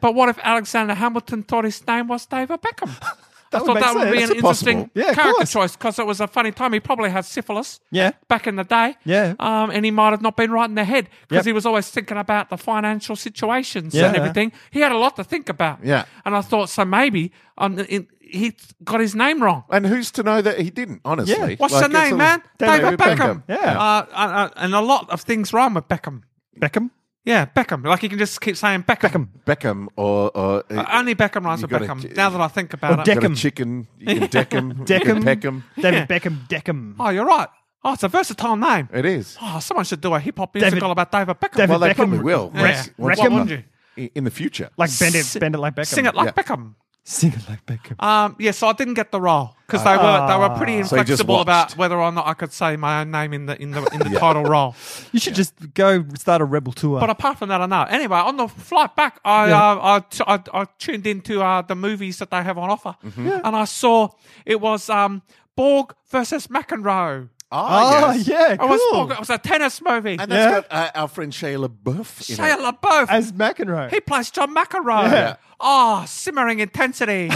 but what if Alexander Hamilton thought his name was David Beckham? I would thought make that would be sense. an It's possible. interesting Yeah, of character course. choice because it was a funny time. He probably had syphilis Yeah. back in the day. Yeah. Um, and he might have not been right in the head because Yep. he was always thinking about the financial situations Yeah. and everything. He had a lot to think about. Yeah. And I thought, so maybe um, in, he got his name wrong. And who's to know that he didn't, honestly? Yeah. What's Like, the it's name, all- man? David David Beckham. Beckham. Yeah. Uh, uh, and a lot of things rhyme with Beckham. Beckham. Yeah, Beckham. Like you can just keep saying Beckham. Beckham. Beckham or. or Uh, Only Beckham rhymes You with gotta Beckham. ch- now that I think about Or it. you got a Deckham. chicken. You can deck him. Deckham. Peck him. David Beckham. Deckham. Oh, you're right. Oh, it's a versatile name. It is. Oh, someone should do a hip hop David- musical about David Beckham. David Well, they Beckham. probably will. Yeah. Rex- once Reckham. upon- Wouldn't i- In the future. Like bend it, S- bend it like Beckham. Sing it like Yeah. Beckham. Sing it like Beckham. Um, yeah, so I didn't get the role because they were they were pretty Ah. So you just inflexible about watched. whether or not I could say my own name in the in the in the title role. Ah, you should just go start a rebel tour. But apart from that, I know. Anyway, on the flight back, I Yeah. uh, I, t- I I tuned into uh, the movies that they have on offer, Mm-hmm. and I saw it was um, Borg versus McEnroe. oh yeah, It cool. was Borg, it was a tennis movie. Ah, And Yeah. that's got uh, our friend Shia LaBeouf in Shia it. LaBeouf. As McEnroe. he plays John McEnroe. Yeah. Oh, simmering intensity.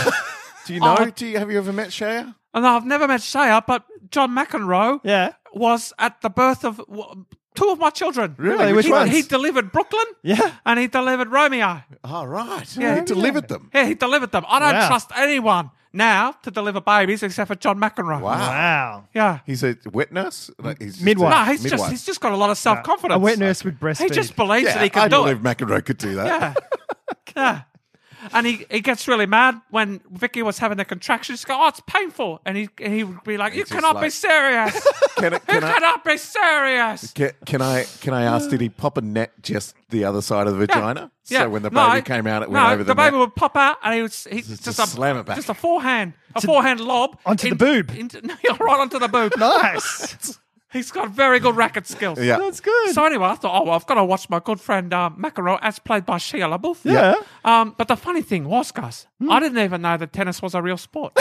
Do you know? Oh. Do you, have you ever met Shia? and I've never met Shia, but John McEnroe. yeah. was at the birth of w- two of my children. Really? He- Which he, ones? delivered Brooklyn. Yeah. And he delivered Romeo. All right. Yeah. he delivered them. Yeah, he delivered them. I don't Wow. trust anyone now to deliver babies except for John McEnroe. Wow. Wow. Yeah. He's a wet nurse. Like, he's just a- Midwife. No, he's just midwife. he's just got a lot of self confidence. A wet nurse would He breastfeed. just believes yeah, that he can I do believe it. McEnroe could do that. Yeah. yeah. And he, he gets really mad when Vicky was having the contractions. She'd go, oh, it's painful. And he, and he would be like, you just cannot be like- serious. Can, I- you can, I, cannot be serious. can, can I can I ask? Did he pop a net just the other side of the Yeah. vagina? Yeah. So when the No, baby came out, it went no, over the the, baby net. would pop out, and he was he, just, Just a slam it back. just a forehand, a forehand lob onto the boob. Into, no, right onto the boob. Nice. He's got very good racket skills. Yeah. That's good. So anyway, I thought, oh, well, I've got to watch my good friend um, McEnroe as played by Shia LaBeouf. Yeah. Hmm. Um, but the funny thing was, guys, I didn't even know that tennis was a real sport.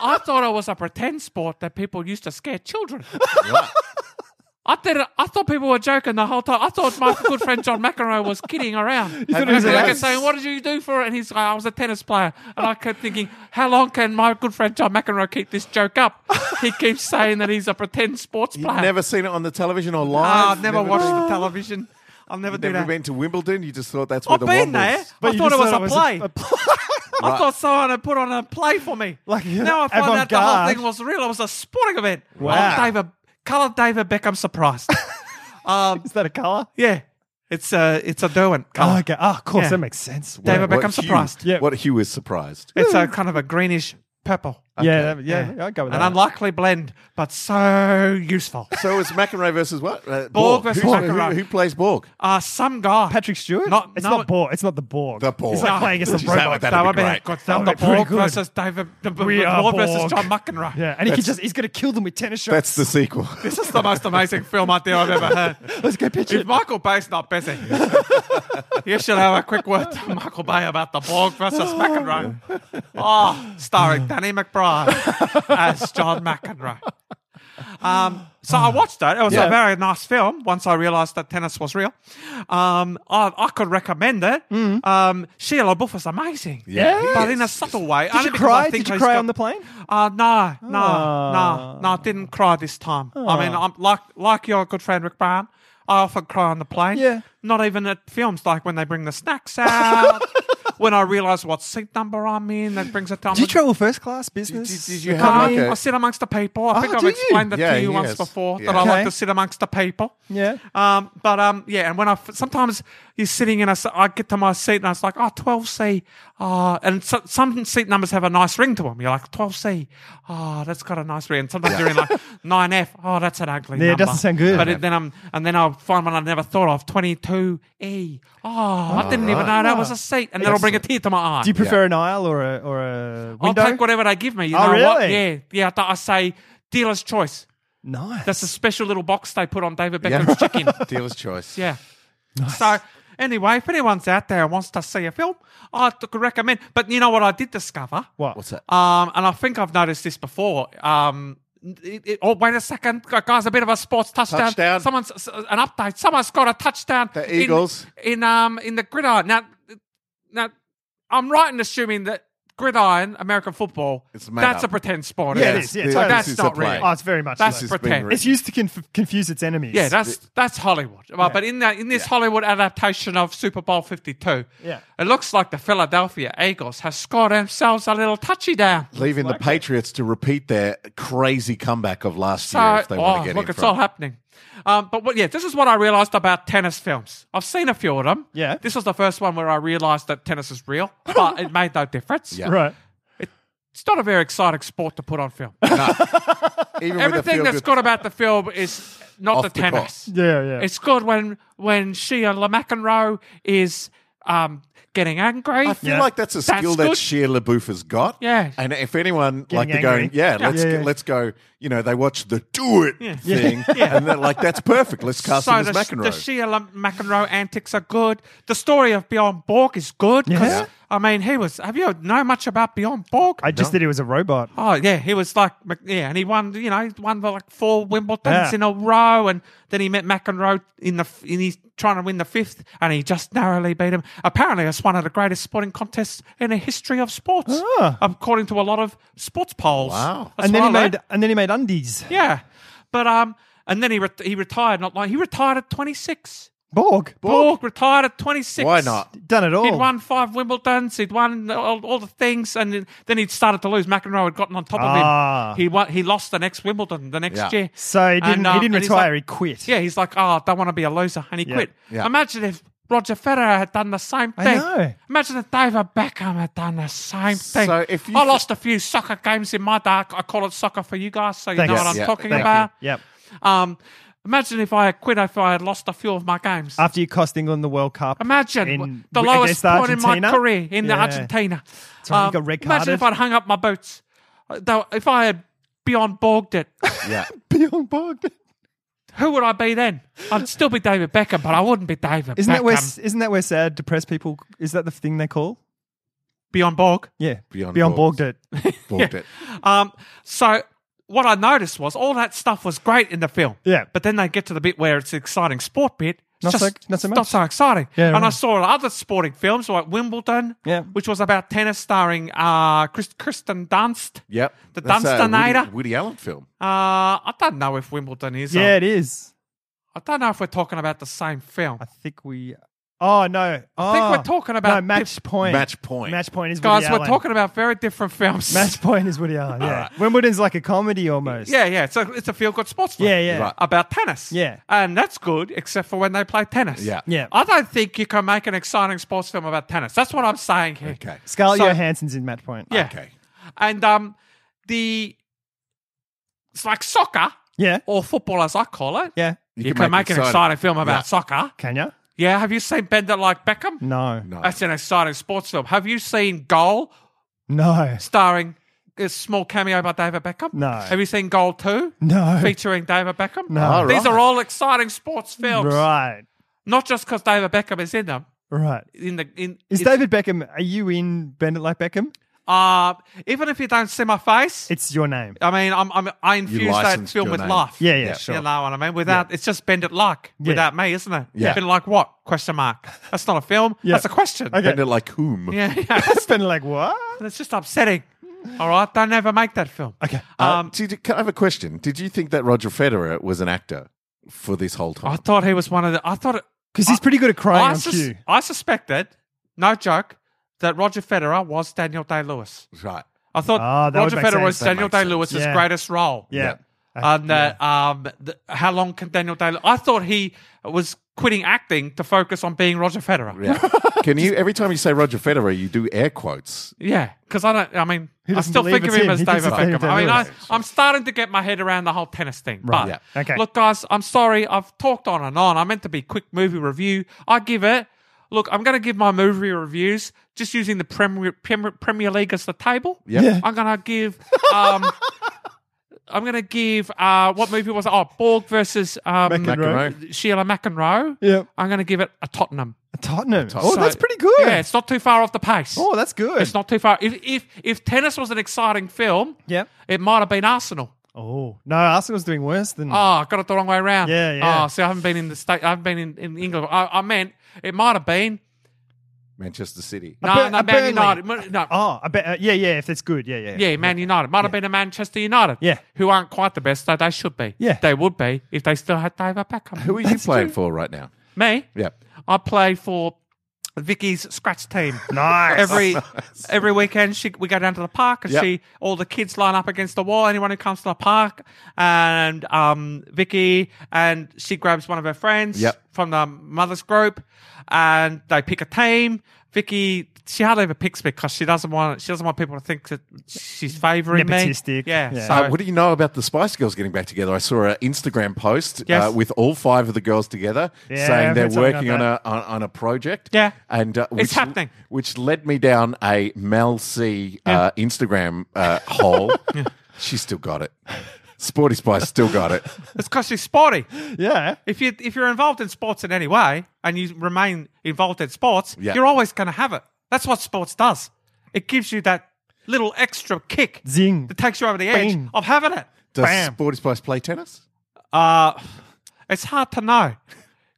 I thought it was a pretend sport that people used to scare children. I did. I thought people were joking the whole time. I thought my good friend John McEnroe was kidding around. thought And he was I kept allowed- saying, "What did you do for it?" And he's like, "I was a tennis player." And I kept thinking, "How long can my good friend John McEnroe keep this joke up?" He keeps saying that he's a pretend sports You've player. never seen it on the television or live. Ah, I've never, watched done the television. I'll never it. do Never that. been to Wimbledon. You just thought that's where I've the been one there. was. I you thought just it was thought a play. a I thought someone had put on a play for me. Like, yeah, now I find out the whole avant-garde. thing was real. It was a sporting event. Wow. I'm David, colour David Beckham surprised. um, Is that a color? yeah, it's a it's a Derwent colour. Oh, okay. Oh, of course. Yeah. That makes sense. David What Beckham hue- surprised. Yeah. What Hugh is surprised. It's a kind of a greenish purple. Yeah, that, yeah, I'll go with An that. unlikely blend, but so useful. So it's McEnroe versus what? Uh, Borg versus who, McEnroe. Who, who plays Borg? Uh, some guy. Patrick Stewart? Not- it's no, not Borg. It's not the Borg. The Borg. It's like playing against the robot. That'd that be would be, great. good. That would the be pretty Borg good. versus David. The, We are Lord versus Borg. John McEnroe. Yeah, and he can just, he's going to kill them with tennis shots. That's the sequel. This is the most amazing film idea I've ever heard. Let's go pitch If it. Michael Bay's not busy, you should have a quick word to Michael Bay about the Borg versus McEnroe. Oh, starring Danny McBride as John McEnroe. Um, so I watched it. It was a Yeah. very nice film once I realized that tennis was real. Um, I, I could recommend it. Mm. Um, Sheila LaBeouf is amazing. Yeah, he But is. in a subtle way. Did you cry? Did you cry on the plane? Uh, no, no, no, Aw. no. I didn't cry this time. I Ah. mean, I'm like like your good friend Rick Brown. I often cry on the plane. Yeah. Not even at films, like when they bring the snacks out. when I realise what seat number I'm in, that brings it down. Did you travel first class did, business? did you No, have like I a, sit amongst the people. I Oh, think I've do you? explained that Yeah, to you he once has. before Yeah. that I like Okay. to sit amongst the people. Yeah. Um, but um, yeah, and when I f- sometimes you're sitting in a, s- I get to my seat and I was like, oh, 12C. Uh, and so, some seat numbers have a nice ring to them. You're like, 12C. Oh, that's got a nice ring. And sometimes you're in like 9F. Oh, that's an ugly Yeah, number. it doesn't sound good. But it, then I'm, and then I'll find one I never thought of, 22E. Oh, I didn't even know that was a seat. And that'll bring a tear to my eye. Do you prefer an aisle or a, or a window? I'll take whatever they give me. You Oh, know what? really? Yeah, yeah. I, I say dealer's choice. Nice. That's a special little box they put on David Beckham's chicken. dealer's choice? Yeah. So anyway, if anyone's out there and wants to see a film, I t- could recommend. But you know what I did discover? what? What's that? Um, and I think I've noticed this before. Um, it, it- oh, wait a second, Gu- guys! A bit of a sports touchdown. Touchdown. Someone's s- an update. Someone's got a touchdown. The in- Eagles. in, um in the gridiron. Now, now I'm right in assuming that gridiron American football. It's made that's up. a pretend sport. Yeah, isn't it is. Yeah, this so that's is not a play. real. Oh, it's very much. That's so. This has been pretend. real. It's used to conf- confuse its enemies. Yeah, that's that's Hollywood. Well, But in that in this Hollywood adaptation of Super Bowl Fifty Two, Yeah. it looks like the Philadelphia Eagles have scored themselves a little touchdown. Leaving the Patriots to repeat their crazy comeback of last So, year if they want oh, to get look, in it's all front. happening. Um, but what, yeah, this is what I realized about tennis films. I've seen a few of them. Yeah. this was the first one where I realized that tennis is real, but it made no difference. Yeah. right. It's not a very exciting sport to put on film. Even with the Everything feel that's good- good about the film is not Off the the court. tennis. Yeah, yeah. It's good when when she and McEnroe is um, getting angry. I feel Yeah. like that's a That's skill good. that Sheer LaBeouf has got. Yeah. And if anyone like they're angry. going, yeah, let's Yeah, g- yeah. let's go. You know, they watch the Do It thing, and they're like, that's perfect. Let's cast so him the, as McEnroe. the Sheila McEnroe antics are good. The story of Bjorn Borg is good. 'cause, Yeah. I mean, he was. Have you know much about Bjorn Borg? I just did it was a robot. Oh yeah, he was like Mc- yeah, and he won. You know, he won like four Wimbledon's Yeah. in a row, and then he met McEnroe in the f- in he's trying to win the fifth, and he just narrowly beat him. Apparently, it's one of the greatest sporting contests in the history of sports, Ah. according to a lot of sports polls. Wow. That's and then what he I made learned. and then he made undies. yeah. But um, and then he ret he retired. Not long. He retired at 26. Borg. Borg retired at 26. Why not? Done it all. He'd won five Wimbledons. He'd won all, all the things, and then- then he'd started to lose. McEnroe had gotten on top of Ah. him. He won, he lost the next Wimbledon the next Yeah. year. So he didn't, And, uh, he didn't and he's like- retire, he quit. yeah, he's like, oh, I don't want to be a loser, and he Yeah. quit. Yeah. Imagine if Roger Federer had done the same I thing. know. Imagine if David Beckham had done the same thing. So if you I th- lost a few soccer games in my day. I I call it soccer for you guys, so you Thanks. know what I'm Yeah, talking thank about. Yep. Um, imagine if I had quit if I had lost a few of my games. After you cost England the World Cup. Imagine in- the w- lowest against point in my Argentina. career in Yeah. Argentina. Um, when you got red imagine carded. if I'd hung up my boots. Uh, though- If I had beyond bogged it, Yeah. Beyond Borg. who would I be then? I'd still be David Beckham, but I wouldn't be David Isn't Beckham. that where isn't that where sad, depressed people is that the thing they call? beyond bog? Yeah. Beyond Beyond Borgs. Borged it. Borged it. Um, so what I noticed was all that stuff was great in the film. Yeah. But then they get to the bit where it's the exciting sport bit. It's Not so- just- not so it's much. exciting. Yeah, and I right. saw other sporting films like Wimbledon, Yeah. which was about tennis starring uh, Chris, Kristen Dunst. Yep. The That's a Dunstanator. Woody, Woody Allen film. Uh, I don't know if Wimbledon is. Yeah, on. it is. I don't know if we're talking about the same film. I think we Oh no. I think Oh. we're talking about No, match diff- point. Match Point. Match point is Guys, Woody we're Allen. talking about very different films. Match point is Woody Allen. Yeah. Wimbledon's like a comedy almost. yeah, yeah. So it's a feel good sports film. Yeah, yeah. Right. About tennis. Yeah. And that's good, except for when they play tennis. Yeah. Yeah. I don't think you can make an exciting sports film about tennis. That's what I'm saying here. Okay. Scarlett So- Johansson's in match point. Yeah. Okay. And um, the. It's like soccer, Yeah. or football as I call it. Yeah. You, can can, make make, an exciting- exciting film about Yeah. soccer. Can ya? Yeah. Have you seen Bender Like Beckham? No. No. That's an exciting sports film. Have you seen Goal, No. starring a small cameo by David Beckham? No. Have you seen Goal 2, No. featuring David Beckham? No. All These are all exciting sports films. Right. Not just because David Beckham is in them. Right. In the in Is it's- David Beckham? Are you in Bend It Like Beckham? uh, even if you don't see my face, It's your name. I mean, I'm, I'm I infuse that licensed film your with name. life. Yeah, yeah, sure. You know what I mean? Without it's just bend it like without me, isn't it? Yeah. Bend it like what? Question mark. That's not a film. Yeah. That's a question. Okay. Kind of like whom? Yeah, yeah. It's been like what? That's just upsetting. All right, don't ever make that film. Okay. Uh, Um, did you, can I have a question? Did you think that Roger Federer was an actor for this whole time? I thought he was one of the. I thought. Because he's pretty good at crying I, on sus- cue. I suspected, no joke, that Roger Federer was Daniel Day Lewis. right. I thought Ah, that would Roger make Federer was sense. That Daniel makes Day sense. Lewis's Yeah. greatest role. Yeah. And uh, um, th- how long can Daniel Day? I thought he was quitting acting to focus on being Roger Federer. Yeah. Can you every time you say Roger Federer, you do air quotes? Yeah, because I don't. I mean, He I doesn't still believe think of it's him him. as He thinks David it's David Beckham. Beckham. I mean, I, Right. I'm starting to get my head around the whole tennis thing. But yeah. Okay. look, guys, I'm sorry. I've talked on and on. I meant to be quick movie review. I give it. Look, I'm going to give my movie reviews just using the Premier Premier, Premier League as the table. Yep. Yeah. I'm going to give. Um, I'm going to give. Uh, what movie was it? Oh, Borg versus um, McEnroe. McEnroe. Sheila McEnroe. Yeah. I'm going to give it a Tottenham. Tottenham. Oh, So- that's pretty good. Yeah, it's not too far off the pace. oh, that's good. It's not too far. If if if tennis was an exciting film, Yep. it might have been Arsenal. Oh no, Arsenal's doing worse than. Oh, I got it the wrong way around. Yeah, yeah. Oh, see, I haven't been in the state. I haven't been in, in England. I, I meant it might have been. Manchester City. No, Bur- no, a Man Burnley. United. No, Oh, I bet. Uh, yeah, yeah. If it's good, yeah, yeah. yeah, Man United. Might have been a Manchester United. Yeah. who aren't quite the best though they should be. Yeah. they would be if they still had David Beckham. Who are you playing for right now? Me? Yeah. I play for Vicky's scratch team. Nice. every every weekend she we go down to the park and Yep. she all the kids line up against the wall anyone who comes to the park and um Vicky and she grabs one of her friends Yep. from the mother's group and they pick a team Vicky she hardly ever picks me because she doesn't want she doesn't want people to think that she's favouring me Nepotistic. yeah, Yeah. so Uh, what do you know about the Spice Girls getting back together? I saw an Instagram post Yes. uh, with all five of the girls together Yeah, saying I've they're heard something working on a about on, on a project. Yeah. and uh, which, happening. Which led me down a Mel C uh, Instagram uh, hole. She still got it. Sporty Spice still got it. it's because she's sporty yeah. if you if you're involved in sports in any way and you remain involved in sports, Yeah. you're always going to have it. That's what sports does. It gives you that little extra kick Zing. that takes you over the edge Bing. of having it. Does Bam. Sporty Spice play tennis? Uh, it's hard to know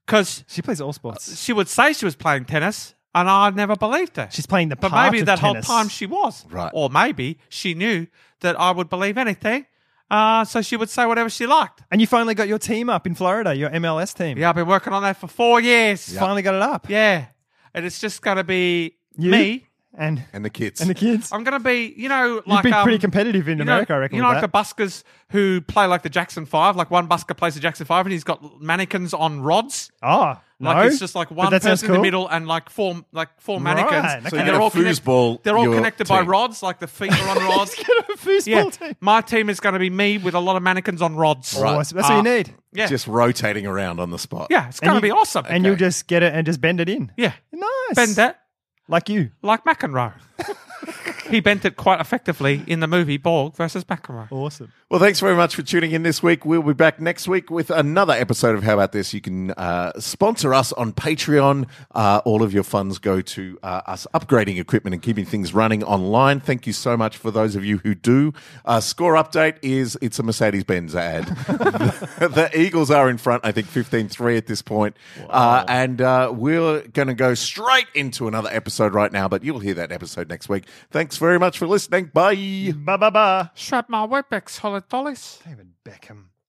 because She plays all sports. she would say she was playing tennis, and I never believed her. She's playing the but part maybe of that whole tennis. time she was Right. or maybe she knew that I would believe anything, Uh, so she would say whatever she liked. And you finally got your team up in Florida, your MLS team. Yeah, I've been working on that for four years. Finally got it up. Yeah. And it's just going to be You me. and and the kids. and the kids. I'm going to be, you know, You've like. been um, pretty competitive in you know- America, I reckon. You know, with like the that. buskers who play like the Jackson Five. Like one busker plays the Jackson Five, and he's got mannequins on rods. Ah, Like no. it's just like But one that person sounds in the cool. middle and like four like four mannequins. okay. So you And get a they're all connect- foosball They're all your connected by team. rods, like the feet are on rods. Foosball yeah. team. My team is going to be me with a lot of mannequins on rods. Awesome. That's what Uh, you need. Yeah. Just rotating around on the spot. yeah, it's And going to you- be awesome. And you'll just get it and just bend it in. Yeah. Nice. Bend that Like you. like McEnroe. he bent it quite effectively in the movie Borg versus McEnroe. Awesome. Well, thanks very much for tuning in this week. We'll be back next week with another episode of How About This. You can uh, sponsor us on Patreon. Uh, all of your funds go to uh, us upgrading equipment and keeping things running online. Thank you so much for those of you who do. Uh, score update is it's a Mercedes Benz ad. the Eagles are in front, I think 15 3 at this point. Uh, and uh, we're going to go straight into another episode right now, but you'll hear that episode next week. Thanks very much for listening. Bye. Ba ba ba. Strap my Webex, hollow dollars. David Beckham.